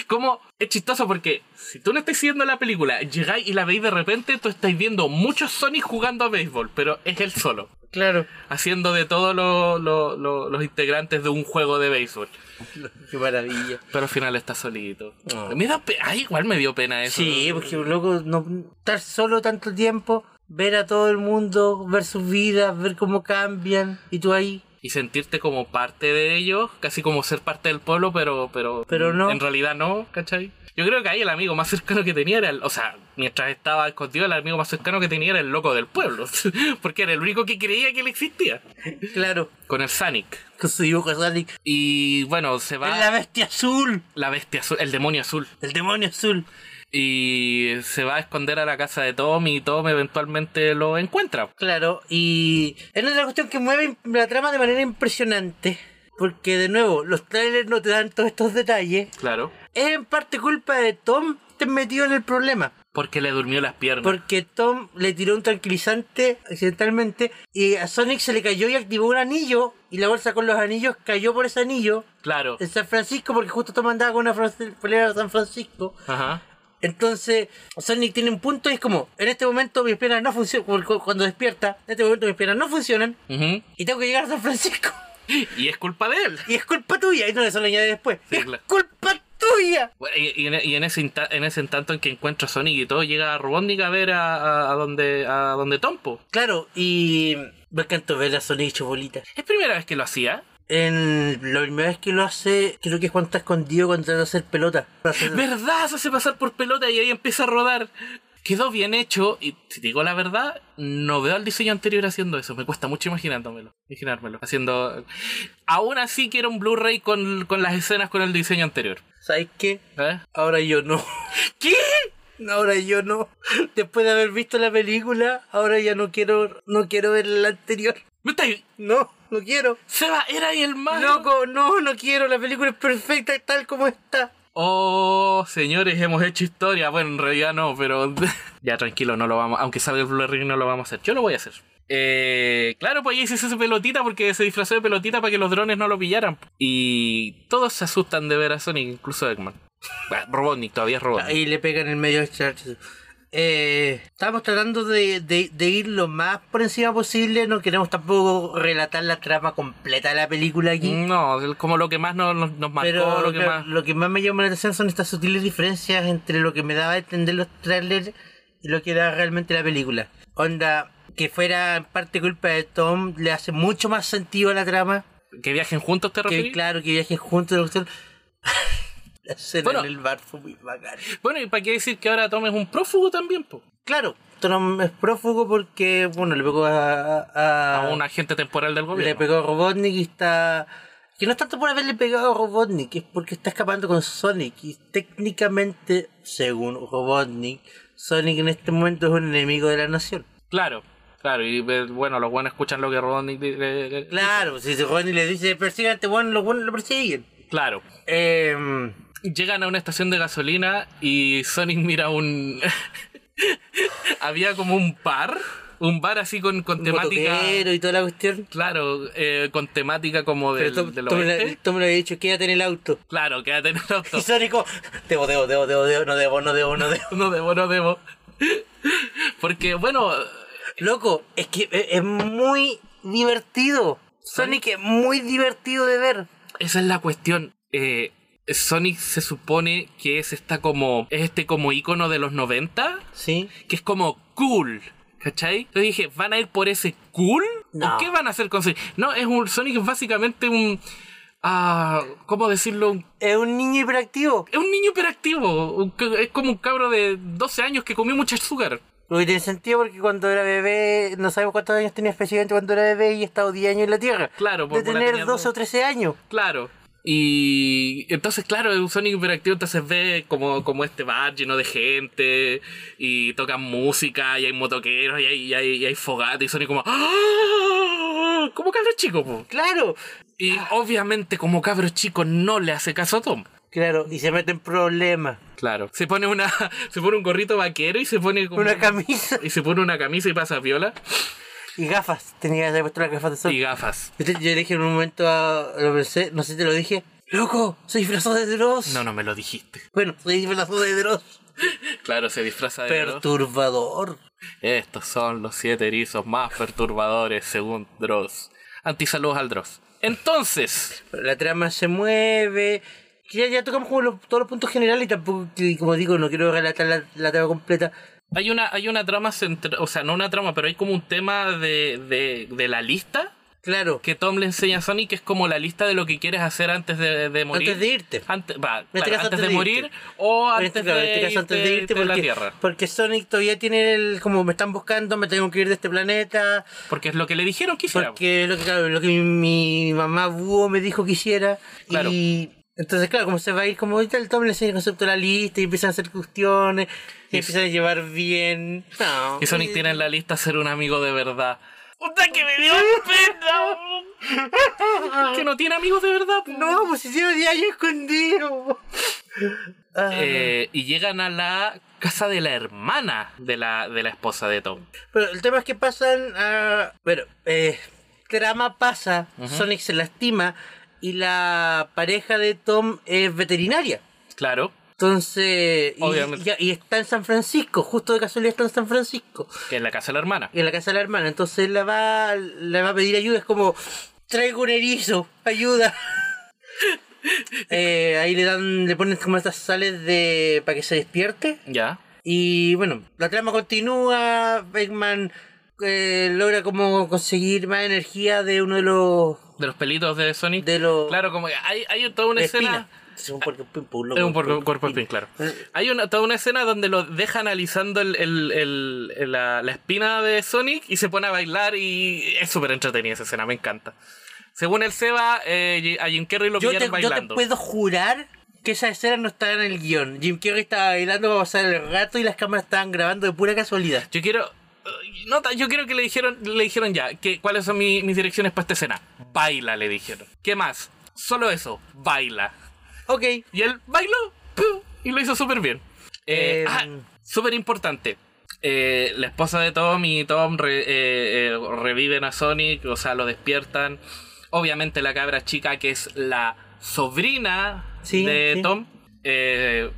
[SPEAKER 4] Como es chistoso porque si tú no estás siguiendo la película, llegáis y la veis de repente, tú estáis viendo muchos Sonic jugando a béisbol, pero es él solo,
[SPEAKER 3] Claro.
[SPEAKER 4] haciendo de todos lo- lo- lo- los integrantes de un juego de béisbol.
[SPEAKER 3] Qué maravilla.
[SPEAKER 4] Pero al final está solito.
[SPEAKER 3] No.
[SPEAKER 4] Me da pe- ah, igual me dio pena eso.
[SPEAKER 3] Sí, porque loco, no, estar solo tanto tiempo, ver a todo el mundo, ver sus vidas, ver cómo cambian. Y tú ahí.
[SPEAKER 4] Y sentirte como parte de ellos, casi como ser parte del pueblo, pero, pero,
[SPEAKER 3] Pero no.
[SPEAKER 4] en realidad no, ¿cachai? Yo creo que ahí el amigo más cercano que tenía era el, o sea, mientras estaba escondido, el amigo más cercano que tenía era el loco del pueblo, porque era el único que creía que él existía,
[SPEAKER 3] Claro.
[SPEAKER 4] con el Sonic.
[SPEAKER 3] Con su dibujo de Sonic.
[SPEAKER 4] Y bueno, se va
[SPEAKER 3] Es la bestia azul.
[SPEAKER 4] la bestia azul, el demonio azul.
[SPEAKER 3] El demonio azul.
[SPEAKER 4] Y se va a esconder a la casa de Tom y Tom eventualmente lo encuentra.
[SPEAKER 3] Claro, y es otra cuestión que mueve la trama de manera impresionante. Porque de nuevo, los trailers no te dan todos estos detalles.
[SPEAKER 4] Claro.
[SPEAKER 3] Es en parte culpa de Tom estar metido en el problema.
[SPEAKER 4] Porque le durmió las piernas.
[SPEAKER 3] Porque Tom le tiró un tranquilizante accidentalmente y a Sonic se le cayó y activó un anillo. Y la bolsa con los anillos cayó por ese anillo
[SPEAKER 4] Claro.
[SPEAKER 3] en San Francisco porque justo Tom andaba con una fran- polera de San Francisco.
[SPEAKER 4] Ajá.
[SPEAKER 3] Entonces, Sonic tiene un punto y es como, en este momento mis piernas no funcionan, cuando despierta, en este momento mis piernas no funcionan,
[SPEAKER 4] Ujú.
[SPEAKER 3] y tengo que llegar a San Francisco.
[SPEAKER 4] Y es culpa de él.
[SPEAKER 3] Y es culpa tuya. Y no, eso lo añade después.
[SPEAKER 4] Sí,
[SPEAKER 3] es
[SPEAKER 4] claro.
[SPEAKER 3] culpa tuya.
[SPEAKER 4] Bueno, y, y en, y en ese inta- en ese tanto en que encuentra a Sonic y todo, llega a Robotnik a ver a, a- a donde a donde Tompo.
[SPEAKER 3] Claro, y me encantó ver a Sonic hecho bolita.
[SPEAKER 4] Es primera vez que lo hacía.
[SPEAKER 3] En la primera vez que lo hace, creo que es cuando está escondido cuando trata de hacer pelota. Para hacer-
[SPEAKER 4] ¿Verdad? Se hace pasar por pelota y ahí empieza a rodar. Quedó bien hecho y si te digo la verdad, no veo al diseño anterior haciendo eso. Me cuesta mucho imaginándomelo, imaginármelo. Haciendo... Aún así quiero un Blu-ray con, con las escenas con el diseño anterior.
[SPEAKER 3] ¿Sabes qué?
[SPEAKER 4] ¿Eh?
[SPEAKER 3] Ahora yo no.
[SPEAKER 4] ¿Qué?
[SPEAKER 3] Ahora yo no. Después de haber visto la película, ahora ya no quiero, no quiero ver la anterior.
[SPEAKER 4] ¿Me estáis-
[SPEAKER 3] No, no quiero.
[SPEAKER 4] Seba, era el más...
[SPEAKER 3] Loco, no, no quiero. La película es perfecta tal como está.
[SPEAKER 4] Oh, señores, hemos hecho historia. Bueno, en realidad no, pero ya tranquilo, no lo vamos. Aunque salga el Blu-ray, no lo vamos a hacer. Yo lo voy a hacer. Eh, claro, pues ahí se hizo su pelotita porque se disfrazó de pelotita para que los drones no lo pillaran. Y todos se asustan de ver a Sonic, incluso Eggman. Bueno, Robotnik todavía es Robotnik.
[SPEAKER 3] Ahí le pegan en el medio de Churchill. Eh, estamos tratando de, de- de ir lo más por encima posible. No queremos tampoco relatar la trama completa de la película aquí.
[SPEAKER 4] No, es como lo que Mm, más nos, nos- nos marcó,
[SPEAKER 3] pero
[SPEAKER 4] lo que más.
[SPEAKER 3] lo que más me llama la atención son estas sutiles diferencias entre lo que me daba a entender los trailers y lo que era realmente la película. Onda, que fuera en parte culpa de Tom, le hace mucho más sentido a la trama.
[SPEAKER 4] Que viajen juntos, te
[SPEAKER 3] Que
[SPEAKER 4] refieres.
[SPEAKER 3] claro, que viajen juntos. la cuestión. La escena
[SPEAKER 4] Bueno.
[SPEAKER 3] en el bar fue muy bacán.
[SPEAKER 4] Bueno, y para qué decir que ahora Tom es un prófugo también, po?
[SPEAKER 3] Claro, Trump es prófugo porque, bueno, le pegó a. a,
[SPEAKER 4] A un agente temporal del gobierno.
[SPEAKER 3] Ah. Le pegó a Robotnik y está. Que no es tanto por haberle pegado a Robotnik, es porque está escapando con Sonic. Y técnicamente, según Robotnik, Sonic en este momento es un enemigo de la nación.
[SPEAKER 4] Claro, claro, y eh, bueno, los buenos escuchan lo que Robotnik dice.
[SPEAKER 3] Claro, pues, si Robotnik le dice persígate, bueno, este los buenos lo persiguen.
[SPEAKER 4] Claro.
[SPEAKER 3] Eh,
[SPEAKER 4] Llegan a una estación de gasolina y Sonic mira un. Había como un par un bar así con, con temática.
[SPEAKER 3] motoquero y toda la cuestión.
[SPEAKER 4] Claro, eh, con temática como
[SPEAKER 3] Pero
[SPEAKER 4] del,
[SPEAKER 3] tú,
[SPEAKER 4] del
[SPEAKER 3] tú me lo,
[SPEAKER 4] oeste.
[SPEAKER 3] tú me lo habías dicho, quédate en el auto.
[SPEAKER 4] Claro, quédate en el auto.
[SPEAKER 3] Y Sónico, debo, debo, debo, debo, debo, no debo, no debo, no debo.
[SPEAKER 4] No debo, no debo. Porque, bueno,
[SPEAKER 3] Loco, es que es es muy divertido. Sonic es muy divertido de ver.
[SPEAKER 4] esa es la cuestión. Eh, Sonic se supone que es esta como. Es este como icono de los 90,
[SPEAKER 3] Sí.
[SPEAKER 4] que es como cool. ¿Cachai? Yo dije, ¿van a ir por ese cool?
[SPEAKER 3] No.
[SPEAKER 4] ¿O qué van a hacer con Sonic? No, es un. Sonic es básicamente un. ah, ¿Cómo decirlo? Un
[SPEAKER 3] Es un niño hiperactivo.
[SPEAKER 4] Es un niño hiperactivo. un ca- Es como un cabro de 12 años que comió mucho azúcar.
[SPEAKER 3] Lo que tiene sentido porque cuando era bebé, no sabemos cuántos años tenía específicamente cuando era bebé y ha estado 10 años en la Tierra.
[SPEAKER 4] Claro,
[SPEAKER 3] De
[SPEAKER 4] por- por la
[SPEAKER 3] tener
[SPEAKER 4] tenía
[SPEAKER 3] 12 o 13 años.
[SPEAKER 4] Claro. Y entonces, claro, es un Sonic hiperactivo. Entonces ve como, como este bar lleno de gente y tocan música y hay motoqueros y hay, y hay, y hay fogata y Sonic como. ¡Ah! Como cabro chico, po.
[SPEAKER 3] Claro.
[SPEAKER 4] Y obviamente, como cabro chico, no le hace caso a Tom.
[SPEAKER 3] Claro, y se mete en problemas.
[SPEAKER 4] Claro. Se pone una. Se pone un gorrito vaquero y se pone como.
[SPEAKER 3] Una camisa
[SPEAKER 4] y se pone una camisa y pasa viola
[SPEAKER 3] y gafas. Tenía que haber puesto las gafas de sol.
[SPEAKER 4] y gafas.
[SPEAKER 3] Yo, te- yo le dije en un momento a. Lo pensé, no sé si te lo dije. Loco, soy disfrazado de Dross.
[SPEAKER 4] No, no me lo dijiste.
[SPEAKER 3] Bueno, soy disfrazado de Dross.
[SPEAKER 4] Claro, se disfraza de. Dross.
[SPEAKER 3] Perturbador.
[SPEAKER 4] Estos son los siete erizos más perturbadores según Dross. Antisaludos al Dross. Entonces,
[SPEAKER 3] La trama se mueve. Ya, ya tocamos como los- todos los puntos generales y tampoco, y como digo, no quiero relatar la, la trama completa.
[SPEAKER 4] hay una, hay una trama central, o sea, no una trama, pero hay como un tema de, de, de la lista
[SPEAKER 3] Claro,
[SPEAKER 4] que Tom le enseña a Sonic, que es como la lista de lo que quieres hacer antes de, de morir.
[SPEAKER 3] antes de irte.
[SPEAKER 4] Antes, va,
[SPEAKER 3] este
[SPEAKER 4] claro,
[SPEAKER 3] caso,
[SPEAKER 4] antes
[SPEAKER 3] antes
[SPEAKER 4] de,
[SPEAKER 3] de
[SPEAKER 4] morir
[SPEAKER 3] irte.
[SPEAKER 4] o
[SPEAKER 3] En
[SPEAKER 4] antes,
[SPEAKER 3] este- claro,
[SPEAKER 4] de,
[SPEAKER 3] en este caso, antes de irte,
[SPEAKER 4] de la
[SPEAKER 3] porque,
[SPEAKER 4] Tierra.
[SPEAKER 3] porque Sonic todavía tiene el como me están buscando, me tengo que ir de este planeta.
[SPEAKER 4] Porque es lo que le dijeron que hiciera.
[SPEAKER 3] Porque lo que, claro, lo que mi, mi mamá búho me dijo que hiciera.
[SPEAKER 4] Claro.
[SPEAKER 3] Y entonces, claro, como se va a ir, como ahorita el Tom le enseña el concepto de la lista y empiezan a hacer cuestiones y,
[SPEAKER 4] Y-
[SPEAKER 3] empiezan a llevar bien. No,
[SPEAKER 4] Y Sonic
[SPEAKER 3] eh,
[SPEAKER 4] tiene en la lista ser un amigo de verdad. ¡Puta que me dio pena! que no tiene amigos de verdad. po.
[SPEAKER 3] No, pues si tiene 10 años escondido. Ah,
[SPEAKER 4] Eh, y llegan a la casa de la hermana de la, de la esposa de Tom.
[SPEAKER 3] Pero el tema es que pasan a. Bueno, eh, trama pasa, Sonic se lastima y la pareja de Tom es veterinaria.
[SPEAKER 4] Claro,
[SPEAKER 3] Entonces, y,
[SPEAKER 4] Obviamente.
[SPEAKER 3] y- y está en San Francisco, justo de casualidad está en San Francisco,
[SPEAKER 4] que es la casa de la hermana.
[SPEAKER 3] en la casa de la hermana. Entonces la va, le va a pedir ayuda, es como, traigo un erizo, ayuda. Eh, ahí le dan, le ponen como estas sales de para que se despierte.
[SPEAKER 4] Ya.
[SPEAKER 3] Y bueno, la trama continúa, Eggman eh, logra como conseguir más energía de uno de los...
[SPEAKER 4] De los pelitos de Sonic.
[SPEAKER 3] De los...
[SPEAKER 4] Claro, como que hay, hay toda una
[SPEAKER 3] de
[SPEAKER 4] escena.
[SPEAKER 3] espina. Es un cuerpo, un
[SPEAKER 4] Es un
[SPEAKER 3] cuerpo-
[SPEAKER 4] por- cuerpo spin, claro.
[SPEAKER 3] Eh,
[SPEAKER 4] Hay una, toda una escena donde lo deja analizando el- el- el- el- la, la espina de Sonic y se pone a bailar y es súper entretenida esa escena, me encanta. Según el Seba, eh, a Jim Carrey lo
[SPEAKER 3] Yo te,
[SPEAKER 4] pillaron
[SPEAKER 3] yo te
[SPEAKER 4] bailando.
[SPEAKER 3] puedo jurar que esa escena no está en el guión. Jim Carrey estaba bailando para pasar el rato y las cámaras estaban grabando de pura casualidad.
[SPEAKER 4] Yo quiero. eh, Nota, yo quiero que le dijeron, le dijeron ya que cuáles son mi- mis direcciones para esta escena. Baila, le dijeron. ¿Qué más? Solo eso, baila.
[SPEAKER 3] Ok,
[SPEAKER 4] Y él bailó ¡pum! y lo hizo súper bien. Eh,
[SPEAKER 3] Em.
[SPEAKER 4] ah, súper importante. Eh, la esposa de Tom y Tom re- eh, eh, reviven a Sonic, o sea, lo despiertan. Obviamente la cabra chica, que es la sobrina
[SPEAKER 3] Sí,
[SPEAKER 4] de
[SPEAKER 3] sí.
[SPEAKER 4] Tom. Eh,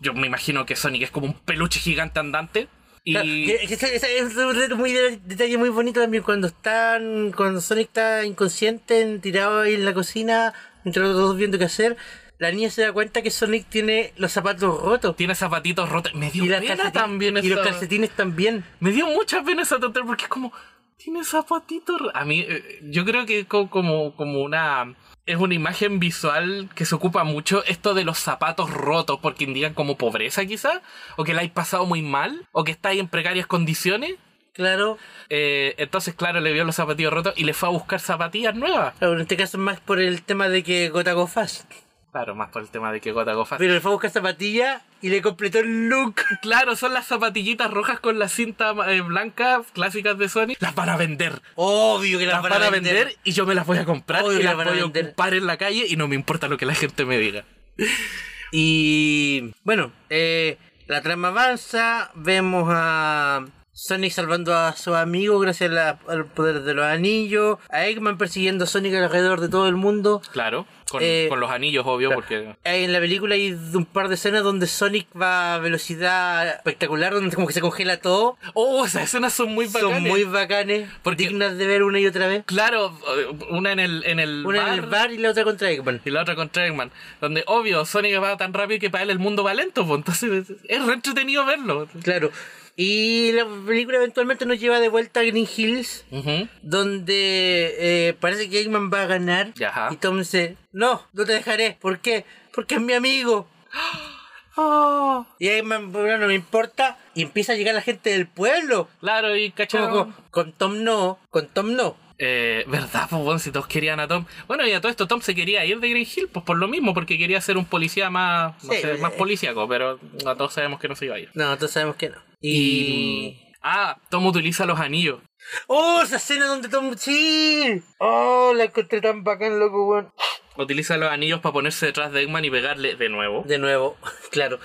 [SPEAKER 4] yo me imagino que Sonic es como un peluche gigante andante. Y...
[SPEAKER 3] Claro, que- que ese- ese es un detalle muy, de- detalle muy bonito también cuando están, cuando Sonic está inconsciente, en- tirado ahí en la cocina, entre los dos viendo qué hacer, la niña se da cuenta que Sonic tiene los zapatos rotos
[SPEAKER 4] tiene zapatitos rotos. Me dio
[SPEAKER 3] y, las
[SPEAKER 4] pena
[SPEAKER 3] calcetines-
[SPEAKER 4] también
[SPEAKER 3] y los
[SPEAKER 4] esa-
[SPEAKER 3] calcetines también.
[SPEAKER 4] Me dio mucha pena esa total porque es como. Tiene zapatitos. ro- A mí, eh, yo creo que es co- como, como una. Es una imagen visual que se ocupa mucho esto de los zapatos rotos porque indican como pobreza, quizá. O que la hay pasado muy mal. O que está ahí en precarias condiciones.
[SPEAKER 3] Claro,
[SPEAKER 4] Eh, entonces, claro, le vio los zapatillos rotos y le fue a buscar zapatillas nuevas.
[SPEAKER 3] claro, en este caso es más por el tema de que Gota Go Fast.
[SPEAKER 4] Claro, más por el tema de que Gota Go Fast.
[SPEAKER 3] Pero le fue a buscar zapatillas y le completó el look.
[SPEAKER 4] Claro, son las zapatillitas rojas con la cinta eh, blanca clásicas de Sony. Las van a vender.
[SPEAKER 3] Obvio que
[SPEAKER 4] las van a vender, y yo me las voy a comprar
[SPEAKER 3] Obvio
[SPEAKER 4] y
[SPEAKER 3] que
[SPEAKER 4] las
[SPEAKER 3] las van a
[SPEAKER 4] voy a
[SPEAKER 3] vender.
[SPEAKER 4] ocupar en la calle y no me importa lo que la gente me diga.
[SPEAKER 3] Y bueno, eh, la trama avanza, vemos a Sonic salvando a su amigo gracias a la- al poder de los anillos, a Eggman persiguiendo a Sonic alrededor de todo el mundo.
[SPEAKER 4] Claro, con,
[SPEAKER 3] Eh,
[SPEAKER 4] con los anillos, obvio,
[SPEAKER 3] Claro.
[SPEAKER 4] porque.
[SPEAKER 3] Eh, En la película hay un par de escenas donde Sonic va a velocidad espectacular, donde como que se congela todo.
[SPEAKER 4] Oh, esas escenas son muy bacanas.
[SPEAKER 3] Son muy bacanes,
[SPEAKER 4] Porque-
[SPEAKER 3] dignas de ver una y otra vez.
[SPEAKER 4] Claro, eh, una en el, en el
[SPEAKER 3] Una
[SPEAKER 4] bar.
[SPEAKER 3] en el bar y la otra contra Eggman.
[SPEAKER 4] Y la otra contra Eggman. Donde, obvio, Sonic va tan rápido que para él el mundo va lento. pues, entonces es- es re entretenido verlo.
[SPEAKER 3] Claro. Y la película eventualmente nos lleva de vuelta a Green Hills,
[SPEAKER 4] Ujú.
[SPEAKER 3] donde eh, parece que Eggman va a ganar.
[SPEAKER 4] Ajá.
[SPEAKER 3] Y Tom dice, no, no te dejaré. ¿Por qué? Porque es mi amigo.
[SPEAKER 4] Oh,
[SPEAKER 3] Y Eggman, bueno, no me importa. Y empieza a llegar la gente del pueblo.
[SPEAKER 4] Claro, y
[SPEAKER 3] Como
[SPEAKER 4] cachado.
[SPEAKER 3] con, con Tom no, con Tom no.
[SPEAKER 4] Eh, ¿Verdad, pues, bueno, si todos querían a Tom? Bueno, y a todo esto, Tom se quería ir de Green Hill, pues por lo mismo, porque quería ser un policía más, no
[SPEAKER 3] Sí,
[SPEAKER 4] sé,
[SPEAKER 3] eh.
[SPEAKER 4] más policíaco, pero a todos sabemos que no se iba a ir.
[SPEAKER 3] No, todos sabemos que no. Y...
[SPEAKER 4] Y. Ah, Tom utiliza los anillos.
[SPEAKER 3] ¡Oh, esa escena donde Tom... ¡Sí! ¡Oh, la encontré tan bacán, loco, weón!
[SPEAKER 4] Utiliza los anillos para ponerse detrás de Eggman y pegarle de nuevo.
[SPEAKER 3] De nuevo, claro.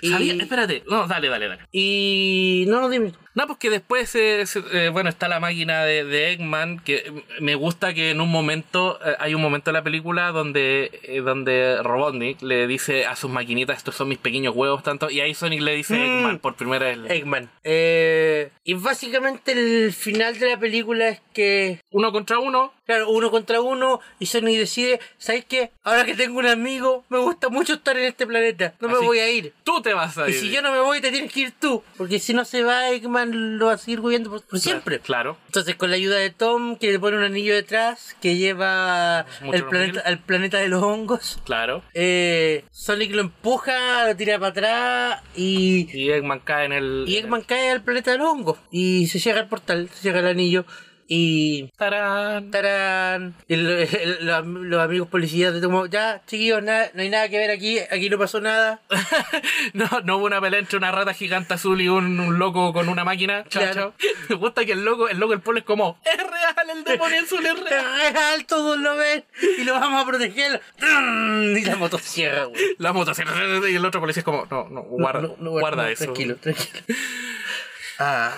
[SPEAKER 3] Y...
[SPEAKER 4] Sabía- Espérate, no, dale, dale, dale.
[SPEAKER 3] Y... No, dime.
[SPEAKER 4] No, pues que después, eh, se- eh, bueno, está la máquina de, de Eggman, que eh, me gusta que en un momento, eh, hay un momento en la película donde, eh, donde Robotnik le dice a sus maquinitas, estos son mis pequeños huevos, tanto, y ahí Sonic le dice
[SPEAKER 3] Mm.
[SPEAKER 4] Eggman por primera vez.
[SPEAKER 3] Eggman. Eh, y básicamente el final de la película es que...
[SPEAKER 4] Uno contra uno,
[SPEAKER 3] Claro, uno contra uno y Sonic decide, ¿sabes qué? Ahora que tengo un amigo, me gusta mucho estar en este planeta. No me
[SPEAKER 4] Así-
[SPEAKER 3] voy a ir.
[SPEAKER 4] tú te vas a
[SPEAKER 3] Y
[SPEAKER 4] ir.
[SPEAKER 3] si yo no me voy, te tienes que ir tú. Porque si no se va, Eggman lo va a seguir huyendo por, por siempre.
[SPEAKER 4] Claro.
[SPEAKER 3] Entonces, con la ayuda de Tom, que le pone un anillo detrás, que lleva
[SPEAKER 4] Mucho
[SPEAKER 3] el planeta,
[SPEAKER 4] hormiguero.
[SPEAKER 3] al planeta de los hongos,
[SPEAKER 4] Claro.
[SPEAKER 3] eh, Sonic lo empuja, lo tira para atrás y,
[SPEAKER 4] Y Eggman cae en el...
[SPEAKER 3] y Eggman cae al planeta de los hongos. Y se llega al portal, se llega al anillo y...
[SPEAKER 4] Tarán.
[SPEAKER 3] ¡Tarán! Y el- el- los, am- los amigos policías de Tom, ya, chiquillos, nada- no hay nada que ver aquí, aquí no pasó nada.
[SPEAKER 4] No, no hubo una pelea entre una rata gigante azul y un, un loco con una máquina. Chao,
[SPEAKER 3] Claro.
[SPEAKER 4] chao. Me gusta que el loco, el loco del pueblo es como, es real, el demonio azul es real.
[SPEAKER 3] Es real, todos lo ven y lo vamos a proteger. Y la motosierra, güey.
[SPEAKER 4] La motosierra y el otro policía es como, no, no, guarda,
[SPEAKER 3] No, no, no,
[SPEAKER 4] guarda
[SPEAKER 3] no,
[SPEAKER 4] eso.
[SPEAKER 3] Tranquilo, tranquilo. Ah,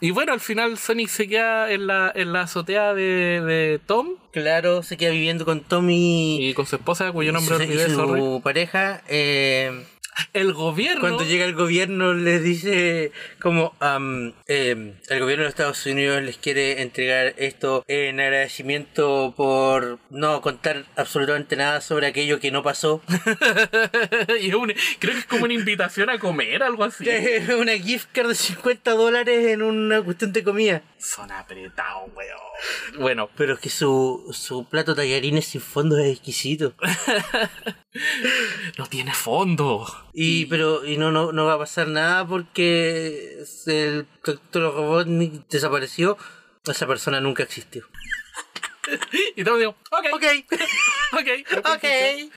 [SPEAKER 4] Y bueno, al final Sonic se queda en la, en la azotea de, de Tom
[SPEAKER 3] claro, se queda viviendo con Tommy
[SPEAKER 4] y con su esposa, cuyo
[SPEAKER 3] y
[SPEAKER 4] nombre
[SPEAKER 3] su, y
[SPEAKER 4] olvidé,
[SPEAKER 3] su
[SPEAKER 4] sorry.
[SPEAKER 3] pareja. eh,
[SPEAKER 4] El gobierno.
[SPEAKER 3] cuando llega el gobierno les dice como am, eh, el gobierno de Estados Unidos les quiere entregar esto en agradecimiento por no contar absolutamente nada sobre aquello que no pasó.
[SPEAKER 4] y es un- creo que es como una invitación a comer, algo así.
[SPEAKER 3] Una gift card de 50 dólares en una cuestión de comida.
[SPEAKER 4] Son apretados, weón. Bueno,
[SPEAKER 3] Pero es que su, su plato tallarines sin fondo es exquisito.
[SPEAKER 4] no tiene fondo.
[SPEAKER 3] Y pero y no, no, no va a pasar nada porque es el doctor Robotnik desapareció. Esa persona nunca existió.
[SPEAKER 4] Y todos digo, ok, ok, ok.
[SPEAKER 3] Ok.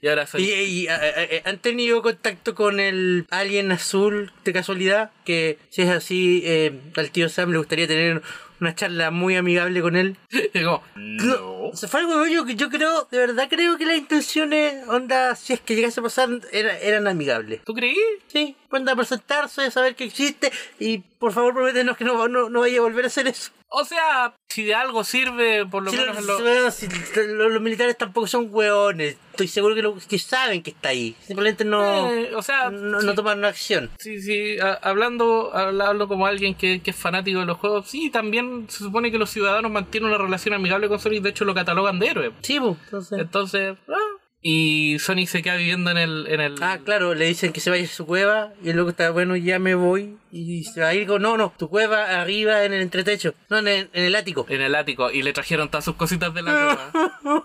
[SPEAKER 4] Y ahora
[SPEAKER 3] Y,
[SPEAKER 4] Sonic.
[SPEAKER 3] y, a- a- a- ¿Han tenido contacto con el alien azul de casualidad? Que si es así, eh, al tío Sam le gustaría tener una charla muy amigable con él.
[SPEAKER 4] Y como, no.
[SPEAKER 3] O sea, fue algo que yo, que yo creo, de verdad creo que las intenciones, onda, si es que llegase a pasar, era- eran amigables.
[SPEAKER 4] ¿Tú creí?
[SPEAKER 3] Sí, cuenta presentarse, saber que existe y por favor prométenos que no, no, no vaya a volver a hacer eso.
[SPEAKER 4] O sea, si de algo sirve, por lo
[SPEAKER 3] Si
[SPEAKER 4] menos en
[SPEAKER 3] los-
[SPEAKER 4] lo...
[SPEAKER 3] bueno, si los- los militares tampoco son hueones, estoy seguro que, lo- que saben que está ahí. Simplemente no,
[SPEAKER 4] Eh, o sea,
[SPEAKER 3] no,
[SPEAKER 4] sí.
[SPEAKER 3] no toman una acción.
[SPEAKER 4] Sí, sí, a- hablando, habla- hablo como alguien que, que es fanático de los juegos. Sí, también se supone que los ciudadanos mantienen una relación amigable con Sonic, de hecho lo catalogan de héroe.
[SPEAKER 3] Sí, pues, entonces.
[SPEAKER 4] Entonces, ah. y Sonic se queda viviendo en el. En el
[SPEAKER 3] Ah, claro, le dicen que se vaya a su cueva y el loco está, bueno, ya me voy. Y se va a ir con, no, no, tu cueva arriba en el entretecho, no, en el, en el ático.
[SPEAKER 4] En el ático, y le trajeron todas sus cositas de la cueva,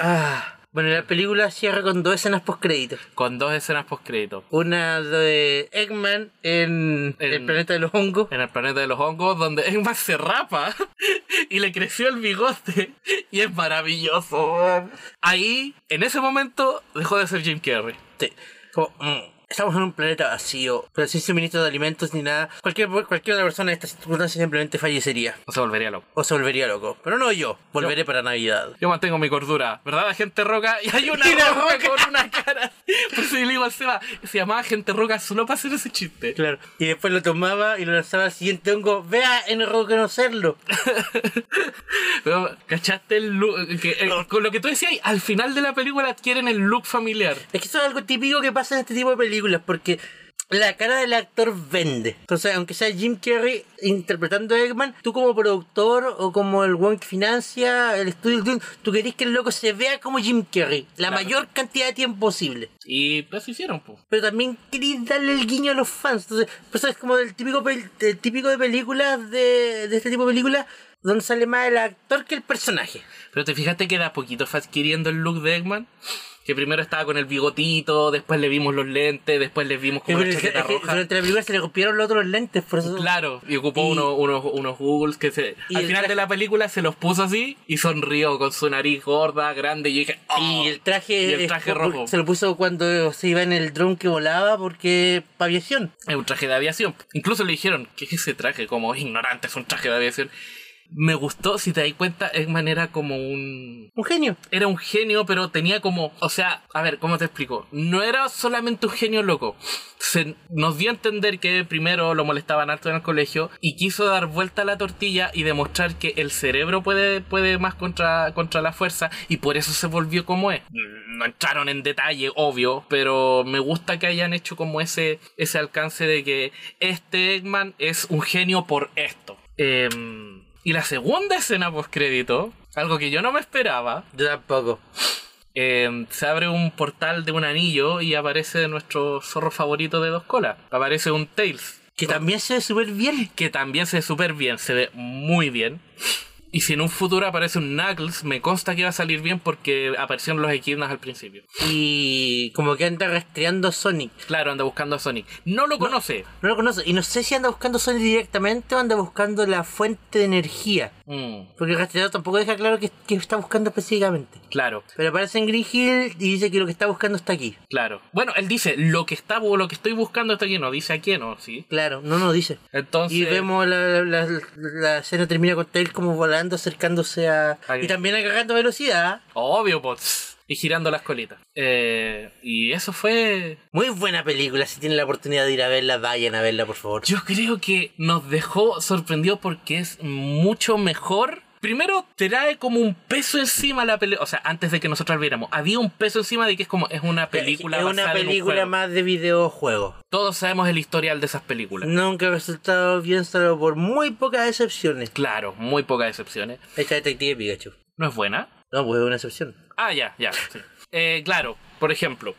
[SPEAKER 3] Ah, bueno, la película cierra con dos escenas postcréditos.
[SPEAKER 4] con dos escenas post-crédito.
[SPEAKER 3] Una de Eggman en
[SPEAKER 4] En-
[SPEAKER 3] el planeta de los hongos.
[SPEAKER 4] en el planeta de los hongos, donde es más se rapa y le creció el bigote y es maravilloso. weón. Ahí, en ese momento, dejó de ser Jim Carrey.
[SPEAKER 3] Sí, como, mm, estamos en un planeta vacío, pero sin suministro de alimentos ni nada. Cualquier, cualquier otra persona en esta circunstancia simplemente fallecería
[SPEAKER 4] O se volvería loco.
[SPEAKER 3] o se volvería loco. Pero no yo, volveré para Navidad.
[SPEAKER 4] Yo mantengo mi cordura, ¿verdad, gente roca? Y hay una
[SPEAKER 3] Y la
[SPEAKER 4] roca
[SPEAKER 3] roca.
[SPEAKER 4] con una cara. Pues se le digo al Seba, se llamaba Gente Roca solo para hacer ese chiste.
[SPEAKER 3] Claro. Y después lo tomaba y lo lanzaba al siguiente hongo. Vea en reconocerlo.
[SPEAKER 4] Pero, ¿Cachaste el look? Que, eh, con lo que tú decías, al final de la película adquieren el look familiar.
[SPEAKER 3] Es que eso es algo típico que pasa en este tipo de películas, porque la cara del actor vende. Entonces, aunque sea Jim Carrey interpretando a Eggman, tú como productor o como el one que financia el estudio, tú, tú querés que el loco se vea como Jim Carrey la
[SPEAKER 4] Claro.
[SPEAKER 3] mayor cantidad de tiempo posible.
[SPEAKER 4] Y pues hicieron, pues.
[SPEAKER 3] Pero también querés darle el guiño a los fans. Entonces, pues es como el típico, pel- el típico de películas, de, de este tipo de películas, donde sale más el actor que el personaje.
[SPEAKER 4] Pero te fijaste que de a poquito fue adquiriendo el look de Eggman. Que primero estaba con el bigotito, después le vimos los lentes, después le vimos como
[SPEAKER 3] Pero
[SPEAKER 4] la
[SPEAKER 3] es que-
[SPEAKER 4] chaqueta
[SPEAKER 3] es que
[SPEAKER 4] roja.
[SPEAKER 3] durante la película se le copiaron los otros lentes, por eso...
[SPEAKER 4] Claro, y ocupó
[SPEAKER 3] Y-
[SPEAKER 4] unos, unos, unos googles que se.
[SPEAKER 3] y
[SPEAKER 4] Al
[SPEAKER 3] el
[SPEAKER 4] final
[SPEAKER 3] traje-
[SPEAKER 4] de la película se los puso así y sonrió con su nariz gorda, grande. Y yo dije, "Oh".
[SPEAKER 3] Y el traje,
[SPEAKER 4] Y el
[SPEAKER 3] es-
[SPEAKER 4] traje rojo.
[SPEAKER 3] se lo puso cuando se iba en el dron que volaba porque para aviación.
[SPEAKER 4] Es un traje de aviación. Incluso le dijeron, ¿qué es ese traje? Como ignorante, es un traje de aviación. Me gustó, si te das cuenta, Eggman era como un...
[SPEAKER 3] Un genio.
[SPEAKER 4] Era un genio, pero tenía como... O sea, a ver, ¿cómo te explico? No era solamente un genio loco. Se nos dio a entender que primero lo molestaban harto en el colegio y quiso dar vuelta a la tortilla y demostrar que el cerebro puede, puede más contra, contra la fuerza y por eso se volvió como es. No entraron en detalle, obvio, pero me gusta que hayan hecho como ese, ese alcance de que este Eggman es un genio por esto. Em, y la segunda escena post crédito, algo que yo no me esperaba,
[SPEAKER 3] Yo tampoco.
[SPEAKER 4] eh, se abre un portal de un anillo y aparece nuestro zorro favorito de dos colas. Aparece un Tails,
[SPEAKER 3] Que también se ve súper bien.
[SPEAKER 4] que también se ve súper bien, se ve muy bien. Y si en un futuro aparece un Knuckles, me consta que va a salir bien porque aparecieron los equidnas al principio.
[SPEAKER 3] Y como que anda rastreando a Sonic.
[SPEAKER 4] Claro, anda buscando a Sonic. No lo conoce.
[SPEAKER 3] No lo conoce. Y no sé si anda buscando Sonic directamente o anda buscando la fuente de energía.
[SPEAKER 4] Mm,
[SPEAKER 3] Porque el rastreador tampoco deja claro qué qué está buscando específicamente.
[SPEAKER 4] claro,
[SPEAKER 3] Pero aparece en Green Hill y dice que lo que está buscando está aquí.
[SPEAKER 4] claro. Bueno, él dice, lo que está bu- lo que estoy buscando está aquí, no dice a quién, ¿no? Sí.
[SPEAKER 3] Claro, no nos dice.
[SPEAKER 4] Entonces,
[SPEAKER 3] Y vemos la, la, la- la escena termina con Tails como volando, acercándose a...
[SPEAKER 4] Ahí.
[SPEAKER 3] Y también agarrando velocidad.
[SPEAKER 4] obvio, bots. Y girando las colitas. Eh, y eso fue
[SPEAKER 3] Muy buena película, si tienen la oportunidad de ir a verla, vayan a verla, por favor.
[SPEAKER 4] Yo creo que nos dejó sorprendidos porque es mucho mejor. Primero, trae como un peso encima la película. O sea, antes de que nosotros la viéramos, había un peso encima de que es como es una película
[SPEAKER 3] es una
[SPEAKER 4] basada en un
[SPEAKER 3] película
[SPEAKER 4] juego.
[SPEAKER 3] más de videojuego.
[SPEAKER 4] Todos sabemos el historial de esas películas.
[SPEAKER 3] Nunca ha resultado bien, solo por muy pocas excepciones.
[SPEAKER 4] Claro, muy pocas excepciones.
[SPEAKER 3] Esta detective Pikachu.
[SPEAKER 4] ¿No es buena?
[SPEAKER 3] No, pues es una excepción.
[SPEAKER 4] Ah, ya, ya. sí. Eh, claro, por ejemplo,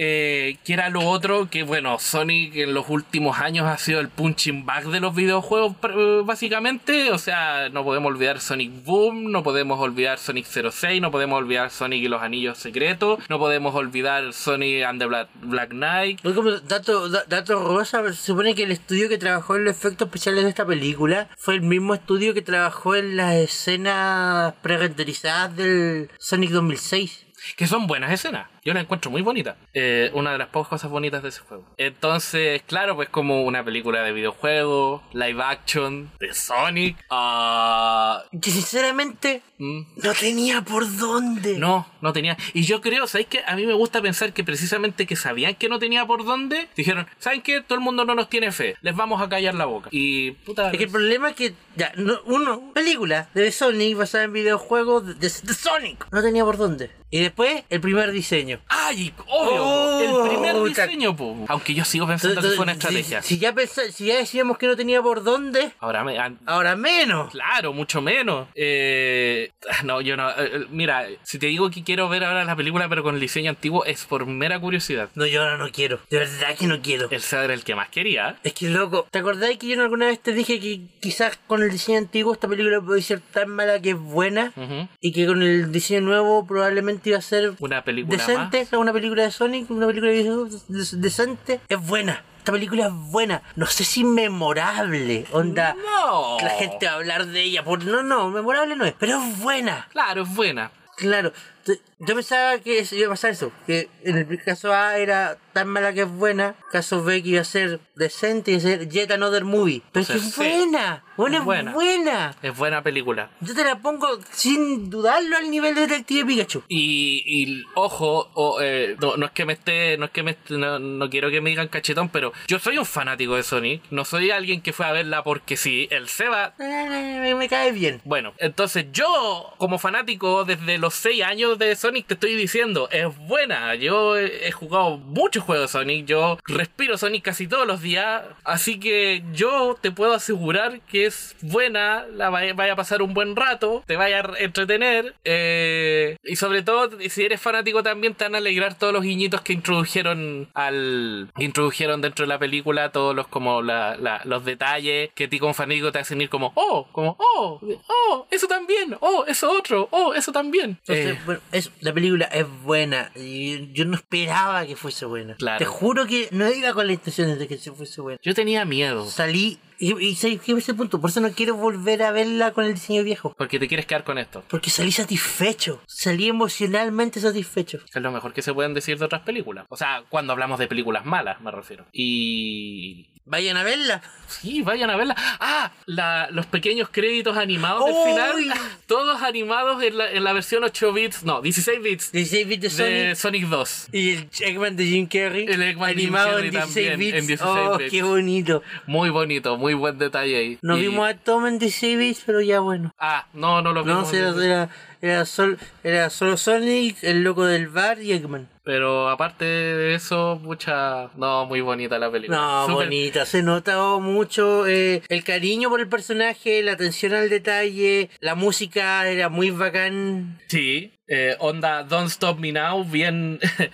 [SPEAKER 4] eh, que era lo otro que, bueno, Sonic en los últimos años ha sido el punching bag de los videojuegos, pr- eh, básicamente. O sea, no podemos olvidar Sonic Boom, no podemos olvidar Sonic 06, no podemos olvidar Sonic y los Anillos Secretos, no podemos olvidar Sonic and the Black, Black Knight.
[SPEAKER 3] Hoy como dato, da- dato rosa, se supone que el estudio que trabajó en los efectos especiales de esta película fue el mismo estudio que trabajó en las escenas pre-renderizadas del Sonic 2006.
[SPEAKER 4] Que son buenas escenas. Yo las encuentro muy bonitas. Eh, una de las pocas cosas bonitas de ese juego. Entonces, claro, pues como una película de videojuego, live action, de Sonic. ah,
[SPEAKER 3] Que sinceramente
[SPEAKER 4] mm,
[SPEAKER 3] no tenía por dónde.
[SPEAKER 4] no, no tenía. Y yo creo, ¿sabéis qué? A mí me gusta pensar que precisamente que sabían que no tenía por dónde, dijeron, ¿saben qué? Todo el mundo no nos tiene fe. Les vamos a callar la boca. Y puta.
[SPEAKER 3] Es que el problema es que, ya, no, uno, película de Sonic basada en videojuegos de, de- de Sonic. No tenía por dónde. Y después, el primer diseño.
[SPEAKER 4] ¡Ay! Obvio,
[SPEAKER 3] Oh,
[SPEAKER 4] po, el primer
[SPEAKER 3] puta.
[SPEAKER 4] diseño, po. Aunque yo sigo pensando que fue una
[SPEAKER 3] Entonces,
[SPEAKER 4] estrategia.
[SPEAKER 3] Si, si ya pensa- si ya decíamos que no tenía por dónde,
[SPEAKER 4] Ahora me, an-
[SPEAKER 3] ahora menos.
[SPEAKER 4] Claro, mucho menos. Eh, no, yo no. eh, eh, mira, si te digo que quiero ver ahora la película, pero con el diseño antiguo, es por mera curiosidad.
[SPEAKER 3] No, yo ahora no quiero. De verdad que no quiero.
[SPEAKER 4] El Cedar era el que más quería.
[SPEAKER 3] Es que loco, ¿te acordáis que yo alguna vez te dije que quizás con el diseño antiguo esta película puede ser tan mala que es buena?
[SPEAKER 4] Ujú.
[SPEAKER 3] Y que con el diseño nuevo probablemente iba a ser
[SPEAKER 4] Una película
[SPEAKER 3] decente, o una película de Sonic, una película de videojuegos de- decente. Es buena, esta película es buena. No sé si memorable, onda.
[SPEAKER 4] más. No.
[SPEAKER 3] La gente va a hablar de ella, por... no, no, memorable no es, pero es buena.
[SPEAKER 4] Claro, es buena.
[SPEAKER 3] Claro, te- yo pensaba que eso- iba a pasar eso, que en el caso A era tan mala que es buena, caso B que iba a ser decente y iba a ser Yet Another Movie. Pero es que
[SPEAKER 4] Entonces,
[SPEAKER 3] es
[SPEAKER 4] sí,
[SPEAKER 3] buena, buena,
[SPEAKER 4] es
[SPEAKER 3] es
[SPEAKER 4] buena.
[SPEAKER 3] buena.
[SPEAKER 4] Es buena película.
[SPEAKER 3] Yo te la pongo sin dudarlo al nivel de Detective Pikachu.
[SPEAKER 4] Y, y, ojo, o, eh, no, no es que me esté, no es que me esté- no, no quiero que me digan cachetón, pero yo soy un fanático de Sonic, no soy alguien que fue a verla porque sí, el Seba.
[SPEAKER 3] Eh, Me, me cae bien.
[SPEAKER 4] Bueno, entonces yo, como fanático desde los 6 años de Sonic, te estoy diciendo, es buena. Yo he he jugado muchos juegos de Sonic, yo respiro Sonic casi todos los días, así que yo te puedo asegurar que es buena, la vaya, vaya a pasar un buen rato, te vaya a entretener, eh, y sobre todo, si eres fanático también, te van a alegrar todos los guiñitos que introdujeron al que introdujeron dentro de la película, todos los como la- la- los detalles que a ti como fanático te hacen ir como, oh, como, oh, oh, eso también, oh, eso otro, oh, eso también.
[SPEAKER 3] Entonces,
[SPEAKER 4] Eh,
[SPEAKER 3] bueno, es- la película es buena. Y yo no esperaba que fuese buena.
[SPEAKER 4] Claro.
[SPEAKER 3] Te juro que no iba con la intención de que se fuese buena.
[SPEAKER 4] yo tenía miedo,
[SPEAKER 3] Salí y, y ¿sabes qué? ese punto. Por eso no quiero volver a verla con el diseño viejo.
[SPEAKER 4] porque te quieres quedar con esto.
[SPEAKER 3] Porque salí satisfecho. Salí emocionalmente satisfecho.
[SPEAKER 4] que es lo mejor que se pueden decir de otras películas. O sea, cuando hablamos de películas malas, me refiero. Y.
[SPEAKER 3] Vayan a verla.
[SPEAKER 4] Sí, vayan a verla. ¡Ah! la- los pequeños créditos animados
[SPEAKER 3] ¡Uy!
[SPEAKER 4] del final. Todos animados en la, en la versión 8 bits. No, 16 bits
[SPEAKER 3] 16 bits de
[SPEAKER 4] de
[SPEAKER 3] Sonic.
[SPEAKER 4] Sonic 2.
[SPEAKER 3] Y el Eggman de Jim Carrey.
[SPEAKER 4] El Eggman de Jim
[SPEAKER 3] animado
[SPEAKER 4] Carrey
[SPEAKER 3] en 16
[SPEAKER 4] también,
[SPEAKER 3] bits.
[SPEAKER 4] en 16
[SPEAKER 3] oh,
[SPEAKER 4] bits.
[SPEAKER 3] qué bonito.
[SPEAKER 4] Muy bonito, muy buen detalle ahí.
[SPEAKER 3] Nos
[SPEAKER 4] Y-
[SPEAKER 3] vimos a Tom en 16 bits, pero ya bueno.
[SPEAKER 4] Ah, no, no
[SPEAKER 3] No,
[SPEAKER 4] lo vimos.
[SPEAKER 3] si era, era, era, sol- era solo Sonic, el loco del bar y Eggman.
[SPEAKER 4] Pero aparte de eso, mucha. No, muy bonita la película.
[SPEAKER 3] No,
[SPEAKER 4] Súper-
[SPEAKER 3] bonita. Se notó mucho eh, el cariño por el personaje, la atención al detalle, la música era muy bacán.
[SPEAKER 4] Sí, eh, onda Don't Stop Me Now, bien.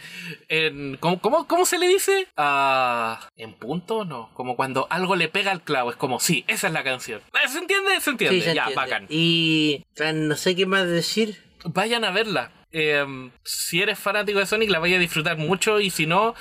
[SPEAKER 4] en, ¿cómo, cómo, cómo se le dice? Ah, ¿En punto? No, como cuando algo le pega al clavo, es como, sí, esa es la canción. Eh, ¿Se entiende? Se entiende,
[SPEAKER 3] Sí, se
[SPEAKER 4] ya,
[SPEAKER 3] entiende.
[SPEAKER 4] bacán.
[SPEAKER 3] Y ah, no sé qué más decir.
[SPEAKER 4] Vayan a verla. Eh, si eres fanático de Sonic, la vaya a disfrutar mucho y si no,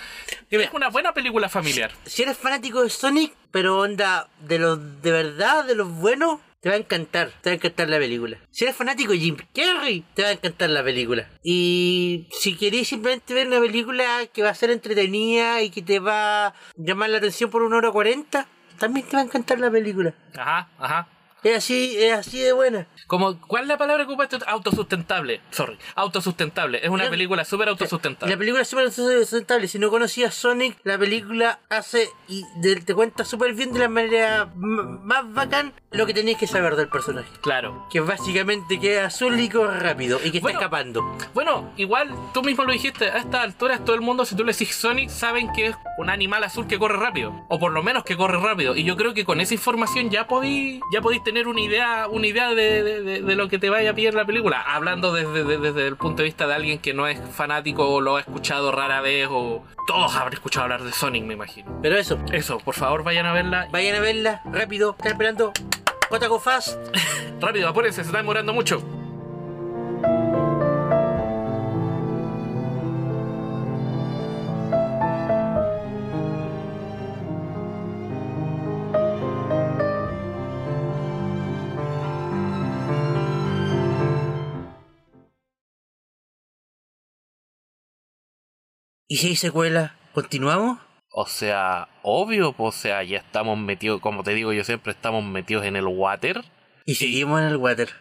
[SPEAKER 4] es una buena película familiar.
[SPEAKER 3] Si eres fanático de Sonic, pero onda de los de verdad, de los buenos, te va a encantar, te va a encantar la película. Si eres fanático de Jim Carrey, te va a encantar la película. Y si querés simplemente ver una película que va a ser entretenida y que te va a llamar la atención por una hora cuarenta, también te va a encantar la película.
[SPEAKER 4] Ajá, ajá.
[SPEAKER 3] Es así, es así de buena.
[SPEAKER 4] Como, ¿Cuál es la palabra que ocupaste? Autosustentable. Sorry, autosustentable. Es una
[SPEAKER 3] Yo-
[SPEAKER 4] película súper autosustentable.
[SPEAKER 3] La película es súper sustentable. Si no conocías Sonic, la película hace y de- te cuenta súper bien de la manera m- más bacán lo que tenéis que saber del personaje.
[SPEAKER 4] Claro.
[SPEAKER 3] Que básicamente que es azul y corre rápido y que
[SPEAKER 4] Bueno.
[SPEAKER 3] está escapando.
[SPEAKER 4] Bueno, igual tú mismo lo dijiste, a estas alturas todo el mundo, si tú le decís Sonic, saben que es un animal azul que corre rápido. O por lo menos que corre rápido. Y yo creo que con esa información ya podéis ya podí tener una idea, una idea de, de- de- de lo que te vaya a pillar la película. Hablando desde, de- desde el punto de vista de alguien que no es fanático o lo ha escuchado rara vez o todos habrán escuchado hablar de Sonic, me imagino.
[SPEAKER 3] Pero eso,
[SPEAKER 4] Eso, por favor vayan a verla.
[SPEAKER 3] vayan a verla rápido. Están esperando. Cotaco Fast.
[SPEAKER 4] Rápido, apúrense, se está demorando mucho.
[SPEAKER 3] Y si hay secuela, ¿continuamos?
[SPEAKER 4] O sea, obvio, po, o sea, ya estamos metidos, como te digo yo siempre, estamos metidos en el water.
[SPEAKER 3] Y seguimos en el water.